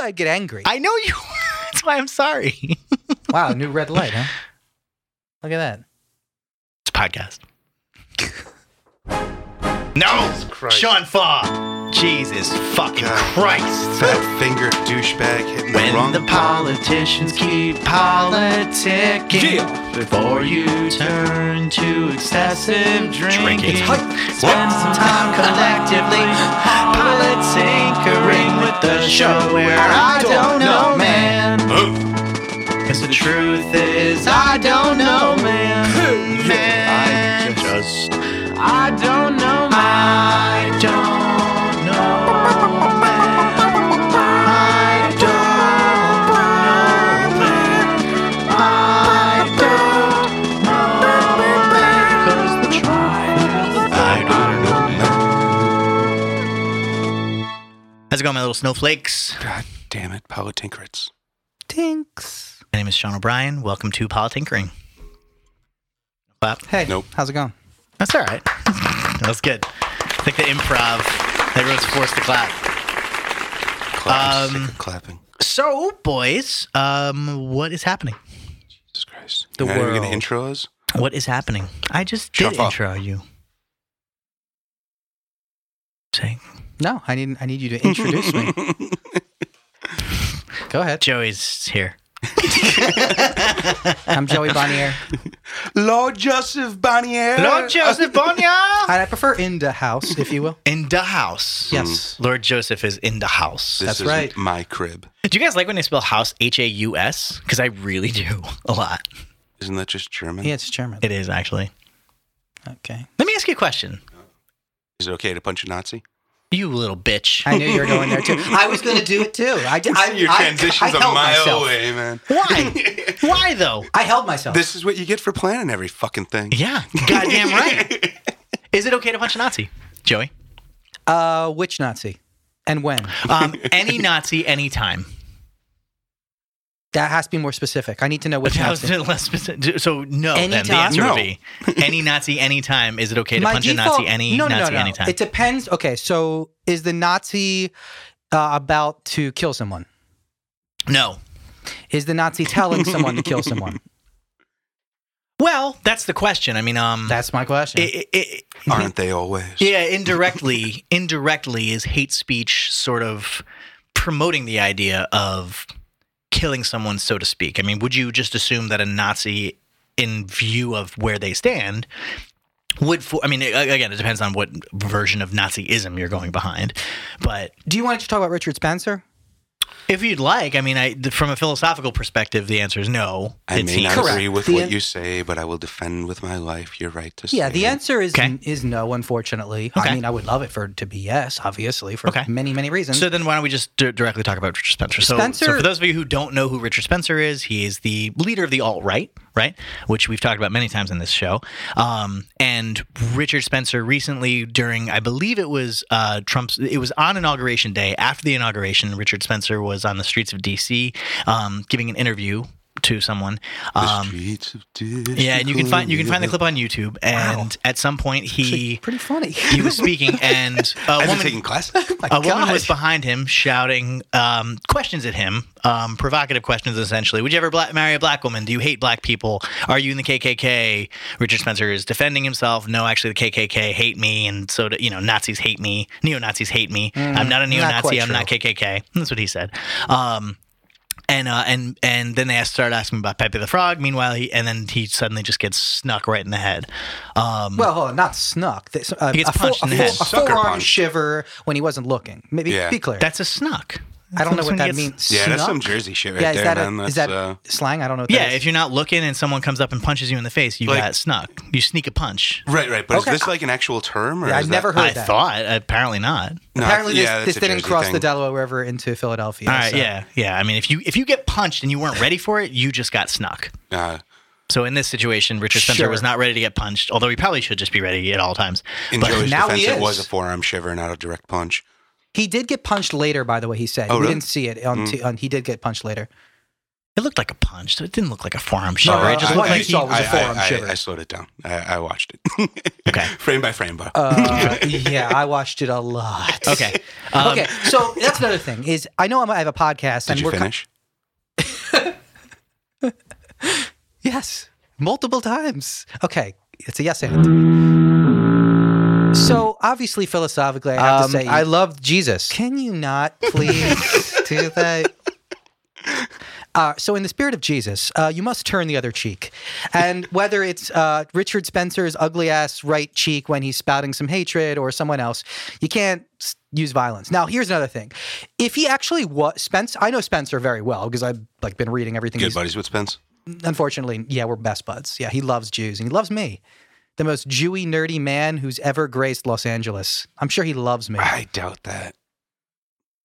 I'd get angry. I know you. were. That's why I'm sorry. it's wow, new red light, huh? Look at that. a podcast. no, Christ. Sean Faw. Jesus fucking God. Christ. Fat finger douchebag hitting When the wrong. the politicians keep politicking before you turn to excessive drinking, spend some time collectively politinkering with the show where I don't know, man. Cause the truth is, I don't know, man. man. I just, I don't know, man. I don't know, man. I don't know, man. I don't know, man. Cause the truth is, I don't know, man. How's it going, my little snowflakes? God damn it, Politinkritz. Tinks. My name is Sean O'Brien. Welcome to Politinkering. Clap. Hey, Nope. how's it going? That's all right. That was good. It's like the improv. Everyone's forced to clap. Clap. Um, sick of clapping. So, boys, um, what is happening? Jesus Christ. the You're not even world. gonna intro us? What is happening? I just did Shut up. intro you. Saying No, I need I need you to introduce me. Go ahead. Joey's here. I'm Joey Bonnier, Lord Joseph Bonnier. Bonnier and I prefer in the house, if you will. in the house. Yes. Lord Joseph is in the house. This That's is right. My crib. do you guys like when they spell house H A U S? Because I really do a lot. Isn't that just German? Yeah, it's German. It is actually. Okay. Let me ask you a question. Is it okay to punch a Nazi? You little bitch. I knew you were going there too. I was going to do it too. I did. I, Your I, transition's I a held mile myself. away, man. Why? Why though? I held myself. This is what you get for planning every fucking thing. Yeah, goddamn right. Is it okay to punch a Nazi, Joey? Uh, which Nazi, and when? Um, any Nazi, anytime. That has to be more specific. I need to know which That was Nazi. less specific. So no, then the Anytime? answer No. would be any Nazi, anytime. Is it okay to punch a Nazi, any no, no, Nazi, no, no. anytime? It depends. Okay, so is the Nazi uh, about to kill someone? no. Is the Nazi telling someone to kill someone? Well, that's the question. I mean, um, That's my question. it, it, it, Aren't they always? yeah, indirectly, indirectly is hate speech sort of promoting the idea of killing someone, so to speak. I mean, would you just assume that a Nazi, in view of where they stand, would for, I mean, a- again, it depends on what version of Nazism you're going behind, but Do you want to talk about Richard Spencer? If you'd like, I mean, I th- from a philosophical perspective, the answer is no. I It may seems- not Correct. agree with The what en- you say, but I will defend with my life your right to Yeah, say. the answer is Okay. is no. Unfortunately, Okay. I mean, I would love it for it to be yes, obviously, for Okay. many many reasons. So then, why don't we just d- directly talk about Richard Spencer? So, Spencer- so for those of you who don't know who Richard Spencer is, he is the leader of the alt right, right? Which we've talked about many times in this show. Um, and Richard Spencer recently, during I believe it was uh, Trump's, it was on inauguration day. After the inauguration, Richard Spencer was on the streets of D.C. Um, giving an interview to someone. The Um, streets of yeah, and you can find you can find the Dyscalculia. clip on YouTube. And at some point, Actually, he pretty funny. he was speaking and a I've been woman taking class. a woman was Oh gosh. behind him shouting um, questions at him, um, provocative questions essentially. Would you ever black, marry a black woman? Do you hate black people? Are you in the KKK? Richard Spencer is defending himself. No, actually, the KKK hate me, and so do, you know Nazis hate me. Neo Nazis hate me. I'm not a neo not Nazi. quite I'm not KKK. That's what he said. Um, and uh, and and then they asked, started asking about Pepe the Frog. Meanwhile, he and then he suddenly just gets snuck right in the head. Um, Well, hold on, not snuck. This, uh, He gets a full, punched in a the full- head. A Sucker forearm punch. shiver when he wasn't looking. Maybe Yeah. be clear. that's a snuck. I don't know That's what when he that means. gets- Yeah, that's Snuck? some Jersey shit right yeah, is there, that, a- man. That's, is that uh, slang? I don't know. What Yeah, that is. if you're not looking and someone comes up and punches you in the face, you Like- got snuck. You sneak a punch. right, right. But Okay. is this like an actual term? Or Yeah, is I've that- never heard I that. thought, apparently not. No, Apparently, yeah, that's this, this a didn't Jersey cross the thing. Delaware River into Philadelphia. All right, so- yeah, yeah. I mean, if you if you get punched and you weren't ready for it, you just got snuck. Uh, So in this situation, Richard Spencer Sure. was not ready to get punched, although he probably should just be ready at all times. in But- Joey's now defense, he it was a is. forearm shiver, not a direct punch. He did get punched later, by the way. He said Oh, we really? didn't see it on, t- on. He did get punched later. It looked like a punch. So it didn't look like a forearm shiver. No, Uh, it just I- looked I- like you saw he, was a forearm I, shiver. I slowed it down. I, I watched it. Okay. Frame by frame, bro. Uh, yeah, I watched it a lot. okay. Um, okay, so that's another thing is I know I'm, I have a podcast. Did and you we're co- finish? Yes, multiple times. Okay, it's a yes and. So obviously, philosophically, I have Um, to say, I love Jesus. can you not please do that? Uh, so, in the spirit of Jesus, uh, you must turn the other cheek. And whether it's uh, Richard Spencer's ugly ass right cheek when he's spouting some hatred or someone else, you can't s- use violence. Now, here's another thing. If he actually was Spence, I know Spencer very well because I've like been reading everything Good he's buddies with Spence. unfortunately, yeah, we're best buds. Yeah, he loves Jews and he loves me. The most Jewy, nerdy man who's ever graced Los Angeles. I'm sure he loves me. I doubt that.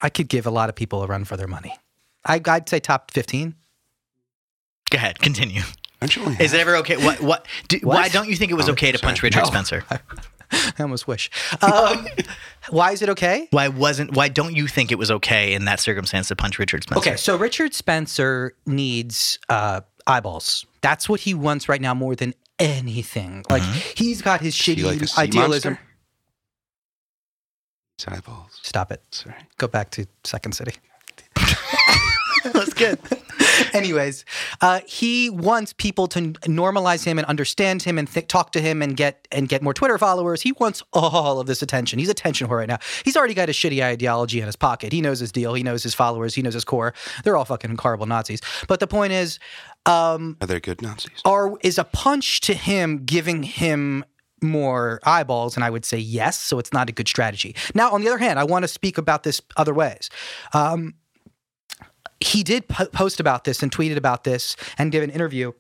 I could give a lot of people a run for their money. I, I'd say top 15. Go ahead. Continue. Aren't you only Is it half? ever okay? What? What? Do, What? Why don't you think it was Oh, okay to punch sorry. Richard No. Spencer? I almost wish. Um, why is it okay? Why wasn't? Why don't you think it was okay in that circumstance to punch Richard Spencer? Okay, so Richard Spencer needs uh, eyeballs. That's what he wants right now more than anything. Like, he's got his Mm-hmm. Is he shitty like a sea idealism. monster? It's eyeballs. Stop it. Sorry. Go back to Second City. that's good. Anyways, uh, he wants people to n- normalize him and understand him and th- talk to him and get and get more Twitter followers. He wants all of this attention. He's attention whore right now. He's already got a shitty ideology in his pocket. He knows his deal. He knows his followers. He knows his core. They're all fucking horrible Nazis. But the point is, um, Are they good Nazis? are is a punch to him giving him more eyeballs and i would say yes so it's not a good strategy now on the other hand i want to speak about this other ways um, he did po- post about this and tweeted about this and give an interview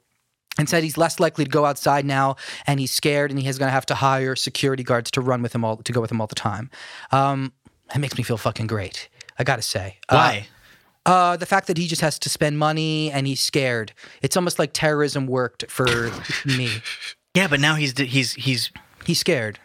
and said he's less likely to go outside now and he's scared and he is going to have to hire security guards to run with him all to go with him all the time um, that makes me feel fucking great i gotta say Uh, Why? uh, the fact that he just has to spend money and he's scared. It's almost like terrorism worked for me. yeah, but now he's he's he's. He's scared.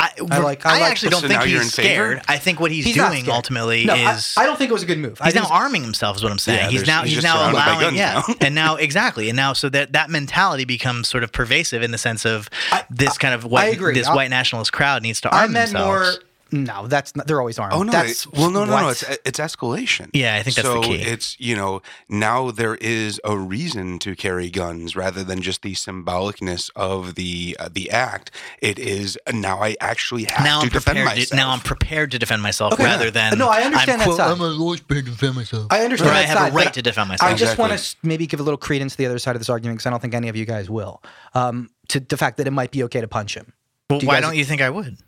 I, I like- I like- actually don't So think now you're he's in favor? scared. I think what he's, He's not doing scared. ultimately No, I- is I, don't think it was a good move. I He's think now it's- arming himself, is what I'm saying. Yeah, he's there's- now he's he's, just now surrounded by allowing, guns yeah, now. and now exactly, and now so that that mentality becomes sort of pervasive in the sense of this kind of white, agree. this I- white nationalist crowd needs to I arm meant more. themselves. No, that's not. They're always armed. Oh no! That's it- well, no, no, no. what? It's it's escalation. Yeah, I think that's the so key. It's you know now there is a reason to carry guns rather than just the symbolicness of the uh, the act. It is uh, now I actually have Now to I'm defend prepared. myself. To, now I'm prepared to defend myself Okay. rather than No, I understand I'm, that side. I'm a lawyer to defend myself. I understand Or I that have side, a but right to defend myself. I just Exactly. want to maybe give a little credence to the other side of this argument because I don't think any of you guys will. Um, to the fact that it might be okay to punch him. well, do you why guys- don't you think I would?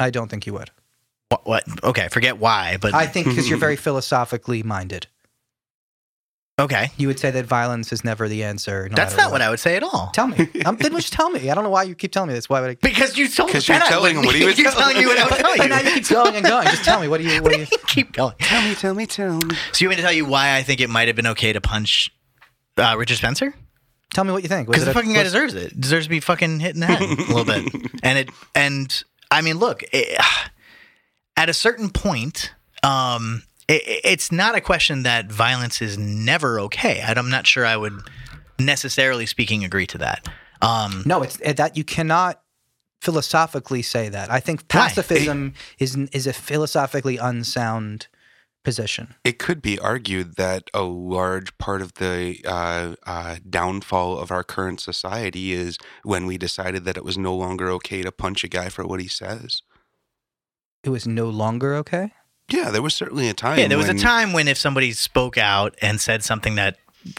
I don't think you would. What, what? Okay, forget why, but I think because you're very philosophically minded. okay, You would say that violence is never the answer. No that's matter not what I would say at all. Tell me. Um, then just tell me. I don't know why you keep telling me this. Why would I? Because you told 'Cause me you're that I telling wouldn't. him what he was You're telling me what I would But now tell you you. keep going and going. Just tell me. What do you? What do you? Keep going. tell me, tell me, tell me. So you want me to tell you why I think it might have been okay to punch uh, Richard Spencer? Tell me what you think. Was Because the it a- fucking guy was- deserves it. Deserves to be fucking hit in the head a little bit. And it and I mean, look, it, at a certain point, um, it, it's not a question that violence is never okay. And I'm not sure I would necessarily speaking agree to that. Um, No, it's it- that you cannot philosophically say that. I think Why? pacifism is is a philosophically unsound position. It could be argued that a large part of the uh, uh, downfall of our current society is when we decided that it was no longer okay to punch a guy for what he says. It was no longer okay. Yeah, there was certainly a time. yeah, there was a when- time when if somebody spoke out and said something that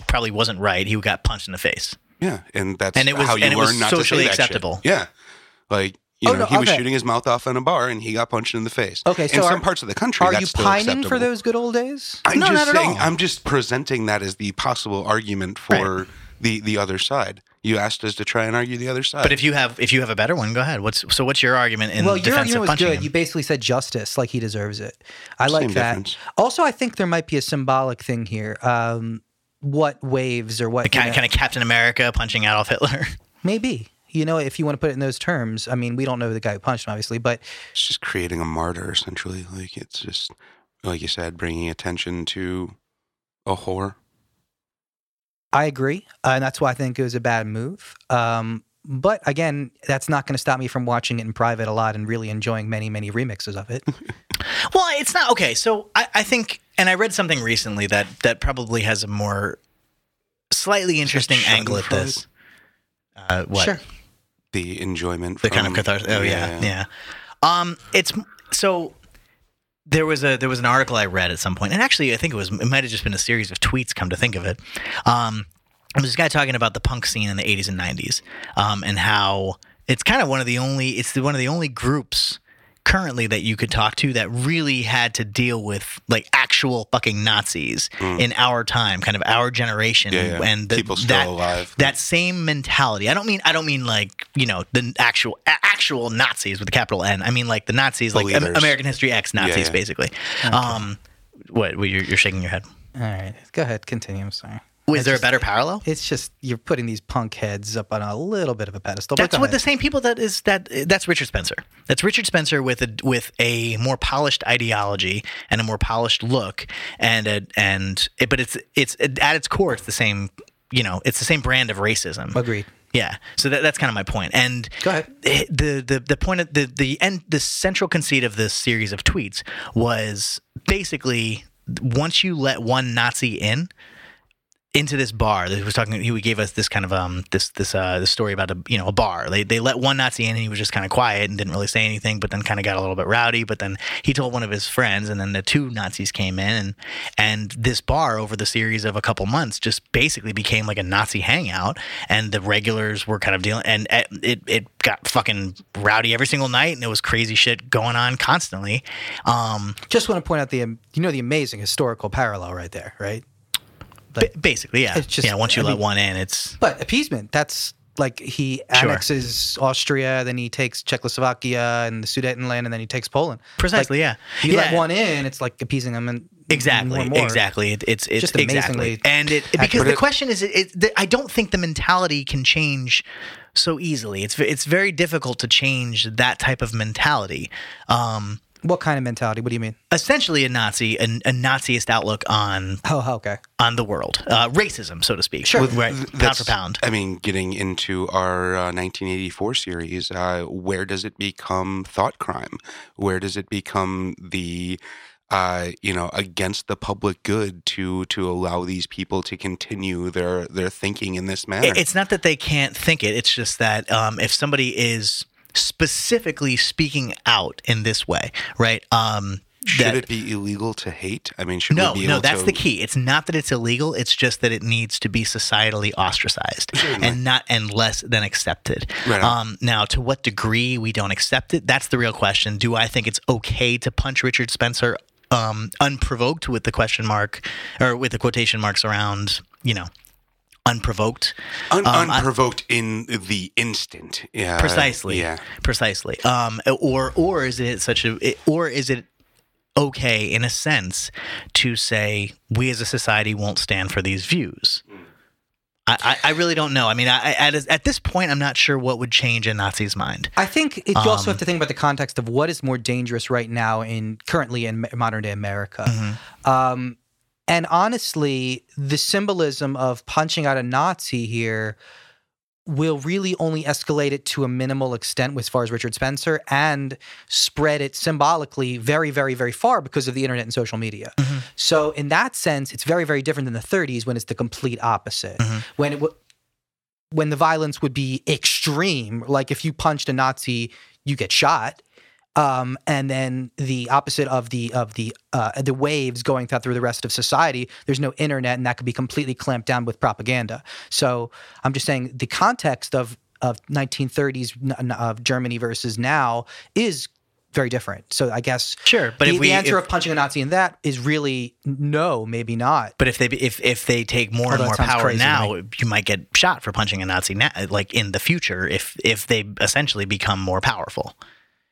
probably wasn't right, he got punched in the face. Yeah, and that's And it was- how you and it learn was not socially to say that shit. acceptable. Yeah, like you Oh, know, no, he was okay. shooting his mouth off on a bar and he got punched in the face. Okay, so in are- some parts of the country, Are that's you still pining acceptable. for those good old days? I'm No, just not at saying. all. I'm just presenting that as the possible argument for the the other side. You asked us to try and argue the other side, But if you have if you have a better one, go ahead. What's so? What's your argument in Uh, well, your defense argument of was punching good. him? You basically said justice, like he deserves it. I like Same that. difference. Also, I think there might be a symbolic thing here. Um, what waves or what? you kind, know- kind of Captain America punching Adolf Hitler. Maybe. You know, if you want to put it in those terms, I mean, we don't know the guy who punched him, obviously, but it's just creating a martyr essentially. Like it's just like you said, bringing attention to a whore. I agree, uh, and that's why I think it was a bad move. Um, but again, that's not going to stop me from watching it in private a lot and really enjoying many, many remixes of it. Well, it's not okay. So I, I think, and I read something recently that that probably has a more slightly interesting angle at this. Uh, what Sure. The enjoyment. the from, kind of catharsis? Oh yeah, yeah. Um, it's so there was a there was an article I read at some point, and actually I think it was it might have just been a series of tweets. Come to think of it, um, it was this guy talking about the punk scene in the '80s and '90s, um, and how it's kind of one of the only it's the, one of the only groups currently that you could talk to that really had to deal with like actual fucking Nazis in our time, kind of our generation, Hmm. Yeah, yeah. and the, People still that, alive. That same mentality. I don't mean I don't mean like you know the actual a- actual Nazis with a capital N. I mean like the Nazis, like Am- Believers. American History X Nazis, Yeah, yeah. basically. Um, what well, you're, you're shaking your head? All right, go ahead, continue. I'm sorry. Was there a just- better parallel? It's just you're putting these punk heads up on a little bit of a pedestal. but That's go what the ahead. same people that is that that's Richard Spencer. That's Richard Spencer with a with a more polished ideology and a more polished look and a, and it, but it's it's at its core it's the same you know it's the same brand of racism. agreed. Yeah, so that, that's kind of my point. And Go ahead. The the the point of the the end the central conceit of this series of tweets was basically once you let one Nazi in into this bar that he was talking he gave us this kind of um this this uh this story about a you know a bar they they let one Nazi in and he was just kind of quiet and didn't really say anything but then kind of got a little bit rowdy but then he told one of his friends and then the two Nazis came in and and this bar over the series of a couple months just basically became like a Nazi hangout and the regulars were kind of dealing and uh, it it got fucking rowdy every single night and it was crazy shit going on constantly um Just want to point out the um, you know the amazing historical parallel right there, right? ba- basically yeah It's just- yeah once you I let mean- one in it's But appeasement, that's like he annexes Austria, then he takes Czechoslovakia and the Sudetenland, and then he takes Poland. precisely yeah You let Yeah. one in, it's like appeasing them and Exactly. more and more. Exactly. It, it's it's Just exactly. amazingly And it, because But the it- question is, it, it, the, I don't think the mentality can change so easily. It's ve- it's very difficult to change that type of mentality. Um, What kind of mentality? What do you mean? essentially, a Nazi, a, a Naziist outlook on Oh, okay. on the world, uh, racism, so to speak. Sure. Right. Th- pound that's- for pound. I mean, getting into our uh, 1984 series, uh, where does it become thought crime? Where does it become the uh, you know against the public good to to allow these people to continue their their thinking in this manner? It- It's not that they can't think it. It's just that um, if somebody is specifically speaking out in this way, right? Um, should that- it be illegal to hate? I mean, should No, we be no, able that's to, the key. It's not that it's illegal. It's just that it needs to be societally ostracized and not and less than accepted. Right on. Um, now, to what degree we don't accept it, that's the real question. Do I think it's okay to punch Richard Spencer um, unprovoked with the question mark or with the quotation marks around, you know, unprovoked? Un- Um, I- unprovoked in the instant. Yeah, precisely Uh, Yeah. precisely um or or is it such a it- or is it okay in a sense to say we as a society won't stand for these views I, I I really don't know. I mean, I, I- at, at this point, I'm not sure what would change a Nazi's mind. I think it, you also have Um, to think about the context of what is more dangerous right now in currently in ma- modern day America. Mm-hmm. Um, and honestly, the symbolism of punching out a Nazi here will really only escalate it to a minimal extent as far as Richard Spencer and spread it symbolically very, very, very far because of the internet and social media. So, in that sense, it's very, very different than the 30s when it's the complete opposite. When it, wa- when the violence would be extreme. Like if you punched a Nazi, you get shot. Um, and then the opposite of the of the uh, the waves going th- through the rest of society. There's no internet, and that could be completely clamped down with propaganda. So I'm just saying the context of of 1930s n- n- of Germany versus now is very different. So I guess Sure, but the, if we the answer if, of punching a Nazi in that is really no, maybe not. but if they if if they take more Although and it Oh, more sounds power crazy to now, you might get shot for punching a Nazi. Na- like in the future, if if they essentially become more powerful,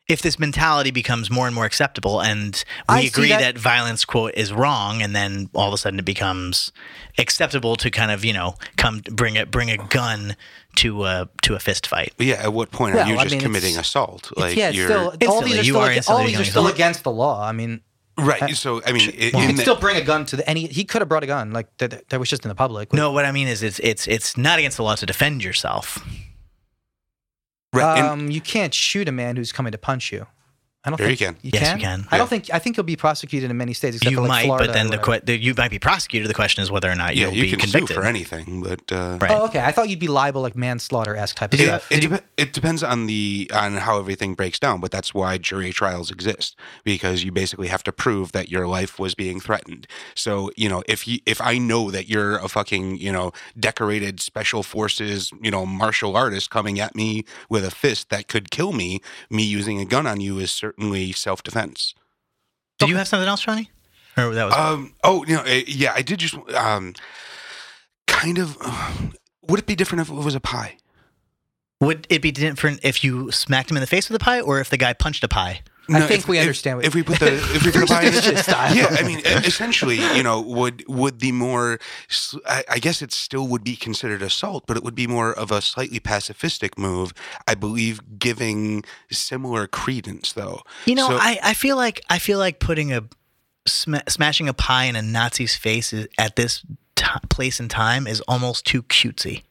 if this mentality becomes more and more acceptable, and we I see agree that- that, violence quote is wrong, and then all of a sudden it becomes acceptable to kind of you know come bring a bring a gun to a to a fist fight. But yeah. At what point Well, are you I just mean, it's- committing assault? It's- yeah, it's you're still, all these Instantly, are you still, are ag- all these are instantly going still home. against the law. I mean, Uh, Right. So I mean, i- He Well, in could the- still bring a gun to the any. He could have brought a gun like that. That was just in the public. No, what I mean is it's it's it's not against the law to defend yourself. right, and- um, you can't shoot a man who's coming to punch you. I don't There think you can. Yes, you can. I don't Yeah. think. I think he'll be prosecuted in many states. Except you for like might, Florida but or then the, whatever. que- the you might be prosecuted. The question is whether or not yeah, you'll you be can convicted. sue for anything, but uh, Right. Oh, okay. I thought you'd be liable like manslaughter esque type of it, stuff. it, dep- it depends on the on how everything breaks down. But that's why jury trials exist because you basically have to prove that your life was being threatened. So you know, if you if I know that you're a fucking you know decorated special forces you know martial artist coming at me with a fist that could kill me, me using a gun on you is certainly self defense. Do you have something else, Ronnie? Or that was Um. Oh, you know, eh, yeah, I did just um, kind of. would it be different if it was a pie? Would it be different if you smacked him in the face with a pie, or if the guy punched a pie? I No, think if- we if- understand. what- If we put the if we put the pie in Stooges style. Yeah, I mean, e- essentially, you know, would would the more, s- I, I guess it still would be considered assault, but it would be more of a slightly pacifistic move, I believe, giving similar credence though. You know, So- I, I feel like I feel like putting a sma smashing a pie in a Nazi's face is, at this t- place and time is almost too cutesy.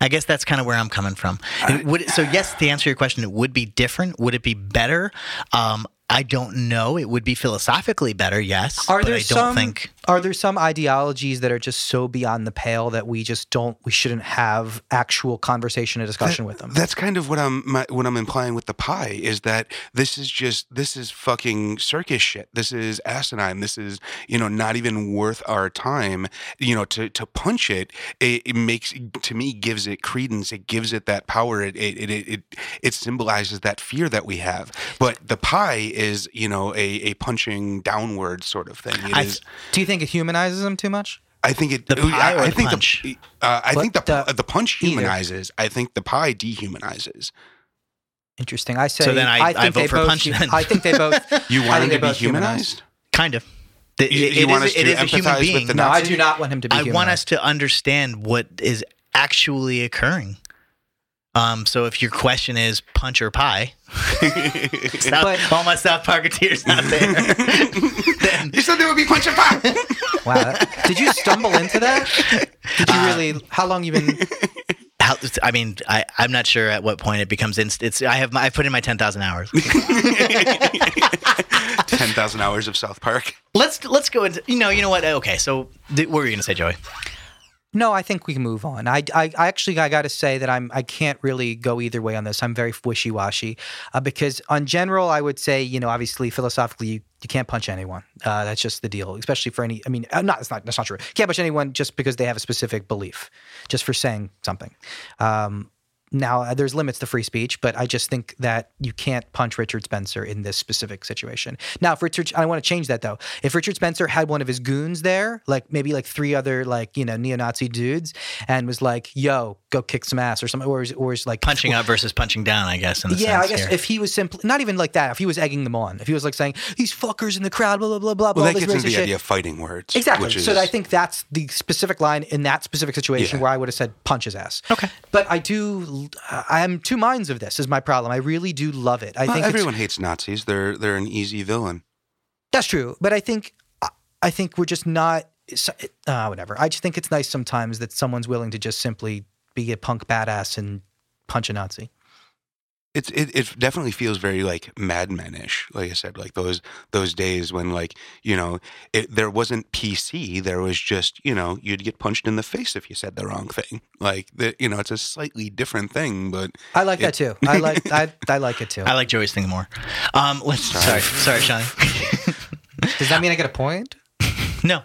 I guess that's kind of where I'm coming from. It would- so yes, to answer your question, it would be different. Would it be better? Um, I don't know. It would be philosophically better. Yes, Are but there I don't some think are there some ideologies that are just so beyond the pale that we just don't we shouldn't have actual conversation or discussion with them? That's kind of what I'm my, what I'm implying with the pie is that this is just this is fucking circus shit. This is asinine. This is you know not even worth our time. You know to to punch it, it, it makes to me gives it credence. It gives it that power. It it, it it it it symbolizes that fear that we have. But the pie is you know a a punching downward sort of thing. It is. I I, th- Do you think it humanizes them too much? think it. The pie I, or I the think punch? the uh, I What think the the- the, punch either. humanizes. I think the pie dehumanizes. Interesting. I say. So then I- I think vote they for both. punch then. I think they both. You I want think him to they be both humanize. humanized? kind of. The- You- it- you it want is- us to it is a empathize human with being. the no, I Nazi? do not want him to be. I want humanized. us to understand what is actually occurring. Um, so if your question is punch or pie, South, But- all my South Parketeers out there, then You said there would be punch and pop. Wow. that- Did you stumble into that? Did Uh, you really? How long you been? how, I mean, I, I'm not sure at what point it becomes inst- it's. I have my, I put in my ten thousand hours. Ten thousand hours of South Park. let's let's go into you know you know what okay. So th- what were you gonna say, Joey? No, I think we can move on. I, I, I actually, I got to say that I'm, I can't really go either way on this. I'm very wishy washy, uh, because on general, I would say, you know, obviously philosophically, you, you can't punch anyone. Uh, that's just the deal, especially for any. I mean, uh, not, it's not, that's not true. Can't punch anyone just because they have a specific belief, just for saying something. Um, now, uh, there's limits to free speech, but I just think that you can't punch Richard Spencer in this specific situation. Now, if Richard, I want to change that though. If Richard Spencer had one of his goons there, like maybe like three other like you know neo-Nazi dudes, and was like, "Yo, go kick some ass" or something, or is, or is like Punching up versus punching down, I guess. In the Yeah, I sense guess here. if he was simply not even like that, if he was egging them on, if he was like saying these fuckers in the crowd, blah blah blah blah, Well, blah, all that this gets into racist the shit. idea of fighting words. Exactly. Which is, so I think that's the specific line in that specific situation Yeah. where I would have said punch his ass. Okay. But I do, I am two minds of this is my problem. I really do love it. I Well, think it's- everyone hates Nazis. They're they're an easy villain. that's true. But I think, I think we're just not, uh, whatever. I just think it's nice sometimes that someone's willing to just simply be a punk badass and punch a Nazi. It's it, it definitely feels very like Mad Men-ish. Like I said, like those those days when like you know it, there wasn't PC. There was just you know you'd get punched in the face if you said the wrong thing. Like the, you know it's a slightly different thing, but I like that too. I like, I, I like it too. I like Joey's thing more. Um, let's sorry, Sorry. sorry, Sean. Does that mean I get a point? No.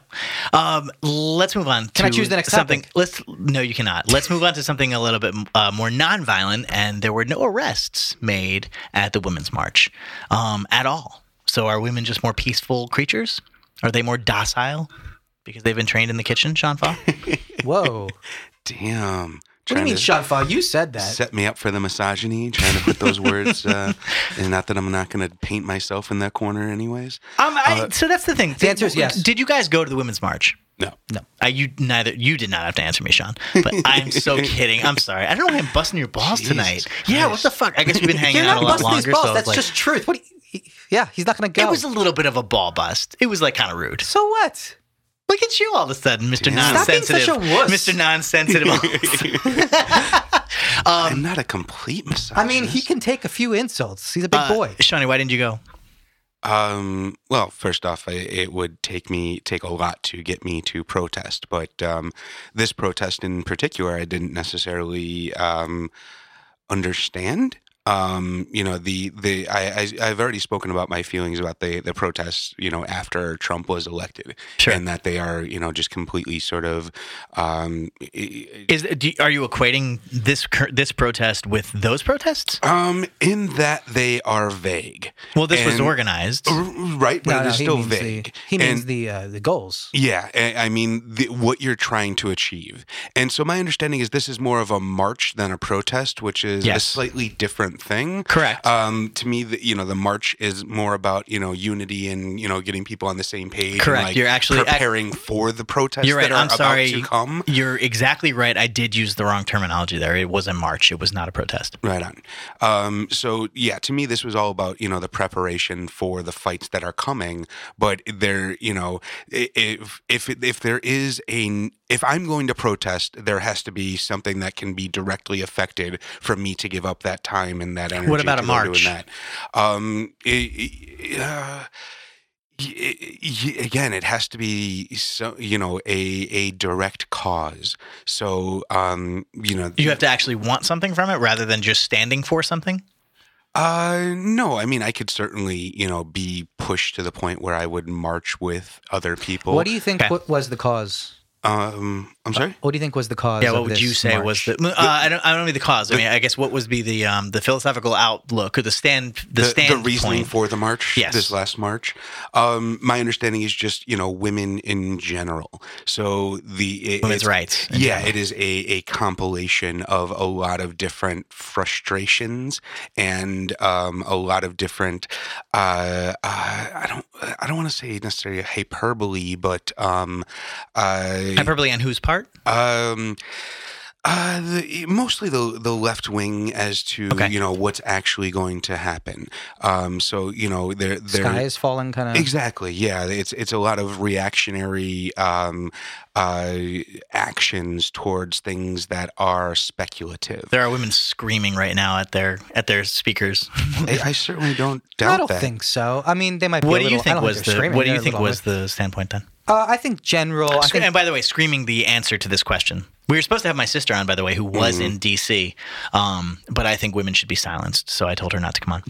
Um, let's move on. Can I to choose the next something? topic? Let's. No, you cannot. Let's move on to something a little bit uh, more nonviolent. And there were no arrests made at the Women's March um, at all. So are women just more peaceful creatures? Are they more docile because they've been trained in the kitchen, Sean Fa? Whoa. damn. what do you trying mean, to- Sean Fa? You said that. set me up for the misogyny, trying to put those words. Uh, and not that I'm not going to paint myself in that corner, anyways. Um, I, so that's the thing. The answer is yes. Did you guys go to the Women's March? No, Uh, you neither you did not have to answer me, Sean. But I'm so kidding. I'm sorry. I don't know why I'm busting your balls Jesus tonight. Yeah, what the fuck? I guess we've been hanging You're out not a lot busting longer. these balls. so I was That's like- just truth. What do you, he- yeah, he's not going to go. It was a little bit of a ball bust. It was like kind of rude. so what? Look at you all of a sudden, Mr. Damn. Stop being Nonsensitive. such a wuss. Mr. Nonsensitive. I'm not a complete misogynist. Um, I mean, he can take a few insults. He's a big Uh, boy. Shawnee, why didn't you go? Um, well, first off, I, it would take me take a lot to get me to protest, but um, this protest in particular, I didn't necessarily um, understand. Um, you know, the the I, I I've already spoken about my feelings about the the protests. You know, after Trump was elected, Sure. and that they are you know just completely sort of um, i- Is do, are you equating this cur- this protest with those protests? um in that they are vague, Well, this was And- organized. right? But No, it no, is he still means vague. The, he means And- the uh, the goals. Yeah, a- I mean the, what you're trying to achieve, and so my understanding is this is more of a march than a protest, which is a Yes. slightly different thing. Correct. Um, to me, the, you know, the march is more about you know unity and you know getting people on the same page. Correct. And, like, You're actually act- preparing for the protests You're right. that are I'm about sorry. to come. You're exactly right. I did use the wrong terminology there. It was a march. It was not a protest. Right on. Um, so yeah, to me, this was all about you know the preparation for the fights that are coming. But there, you know, i- if if if there is a if I'm going to protest, there has to be something that can be directly affected for me to give up that time and that energy. What about to a go march? doing That. Um, i- i- uh, y- y- again, it has to be so, you know a a direct cause. So um, you know You have to actually want something from it rather than just standing for something. Uh, no. I mean, I could certainly, you know, be pushed to the point where I would march with other people. what do you think Okay. wa- was the cause? Um, I'm Uh, sorry. What do you think was the cause? Yeah. of What would this you say was march? the? Uh, I don't. I don't mean the cause. I mean, I guess what was be the um the philosophical outlook or the stand the, stand reasoning point. for the march Yes. this last march um my understanding is just you know women in general so the it, women's it's- rights. in yeah general. it is a, a compilation of a lot of different frustrations and um, a lot of different uh, uh, i don't i don't want to say necessarily hyperbole but um uh, Hyperbole on whose part? Um, uh, the, mostly the the left wing as to Okay. you know what's actually going to happen. Um, so you know they're they're sky is falling? Kind Uh. of. exactly yeah. It's it's a lot of reactionary um, uh, actions towards things that are speculative. There are women screaming right now at their at their speakers. I, I certainly don't doubt I don't that. think so. I mean, they might. Be What a little, do you I think don't was they're the screaming. What do They're you a think little was the standpoint then? Uh, I think general. I Scre- think and by the way, screaming the answer to this question. We were supposed to have my sister on, by the way, who was Mm-hmm. in D.C. Um, but I think women should be silenced, so I told her not to come on.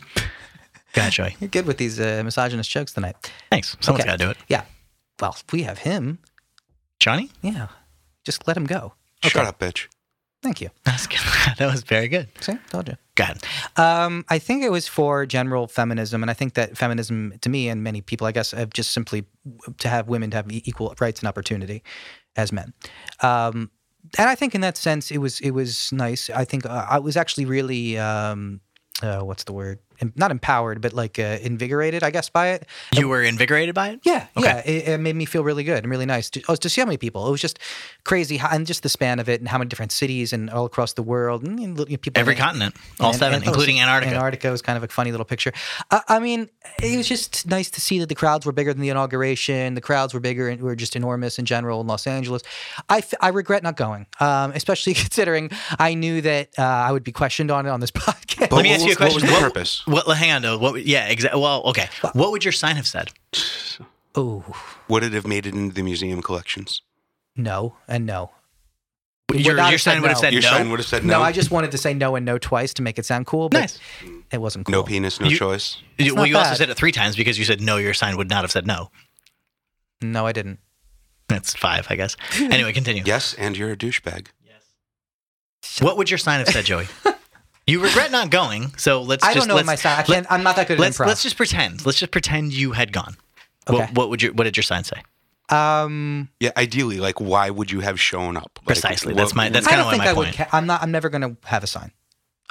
Go ahead, Joey. you're good with these uh, misogynist jokes tonight. Thanks. Someone's Okay. got to do it. Yeah. Well, we have him. Johnny, Yeah. Just let him go. Shut up, bitch. Thank you. That's good. that was very good. See, told you. Go ahead. Um, I think it was for general feminism, and I think that feminism, to me and many people, I guess, have just simply to have women to have e- equal rights and opportunity as men. Um, and I think in that sense, it was it was nice. I think uh, I was actually really um, uh, what's the word? Em- Not empowered, but like uh, invigorated, I guess, by it. You were invigorated by it. Yeah, yeah, it, it made me feel really good and really nice to, oh, to see how many people. It was just crazy, how, and just the span of it, and how many different cities and all across the world, and, and little people Every in- continent, all and- seven, and- oh, including so Antarctica. Antarctica was kind of a funny little picture. Uh, I mean, it was just nice to see that the crowds were bigger than the inauguration. The crowds were bigger and were just enormous in general in Los Angeles. I, f- I regret not going, um, especially considering I knew that uh, I would be questioned on it on this podcast. But Let me what ask you a was- what was question. the What, purpose? what, hang on, though. What? would- Yeah, exactly. Well, okay. What would your sign have said? oh Would it have made it into the museum collections? no, and no. Your, would not your have said sign would have no. said Your no. sign would have said No, no. I just wanted to say no and no twice to make it sound cool, but Nice. it wasn't cool. no penis, no You- choice. You- well, not you also bad. said it three times because you said no. Your sign would not have said no. No, I didn't. That's five, I guess. Anyway, continue. Yes, and you're a douchebag. What would your sign have said, Joey? you regret not going, so let's. I just, don't know let's, my sign. I let- can't. I'm not that good at Let's improv. let's just pretend. Let's just pretend you had gone. Okay. What, what would your What did your sign say? um, Yeah, ideally, like, why would you have shown up? Like, Precisely. That's my- that's I kinda don't think what my I would. point- Ca- I'm not. I'm never going to have a sign.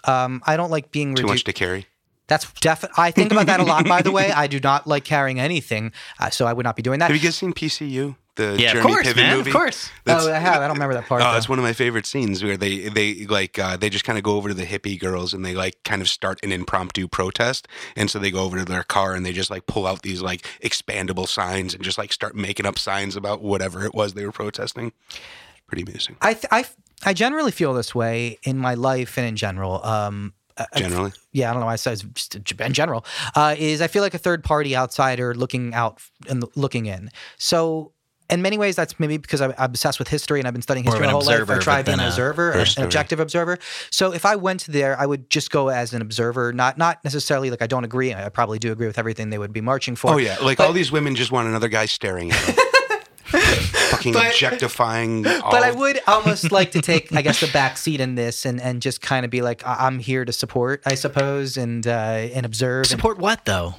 Um, I don't like being too reduced. much to carry. That's definitely. I think about that a lot. By the way, I do not like carrying anything, uh, so I would not be doing that. Have you guys seen PCU? the yeah, of Jeremy course, Piven man. movie. Of course. oh, I have. I don't remember that part. Oh, though. it's one of my favorite scenes where they they like uh, they just kind of go over to the hippie girls and they like kind of start an impromptu protest, and so they go over to their car and they just like pull out these like expandable signs and just like start making up signs about whatever it was they were protesting. Pretty amazing, I, th- I, f- I generally feel this way in my life and in general. Um, uh, uh, generally. yeah, I don't know why I said it's just in general, uh, is I feel like a third party outsider looking out and looking in. So, in many ways, that's maybe because I'm I'm obsessed with history and I've been studying More of history my an whole life. observer, I try to but be an then a observer, an, history. an objective observer. So, if I went there, I would just go as an observer, not not necessarily like I don't agree. I probably do agree with everything they would be marching for. Oh yeah, like all these women just want another guy staring at them, fucking But- objectifying. All but I would almost like to take, I guess, the back seat in this and, and just kind of be like, I- I'm here to support, I suppose, and uh, and observe and Support what though?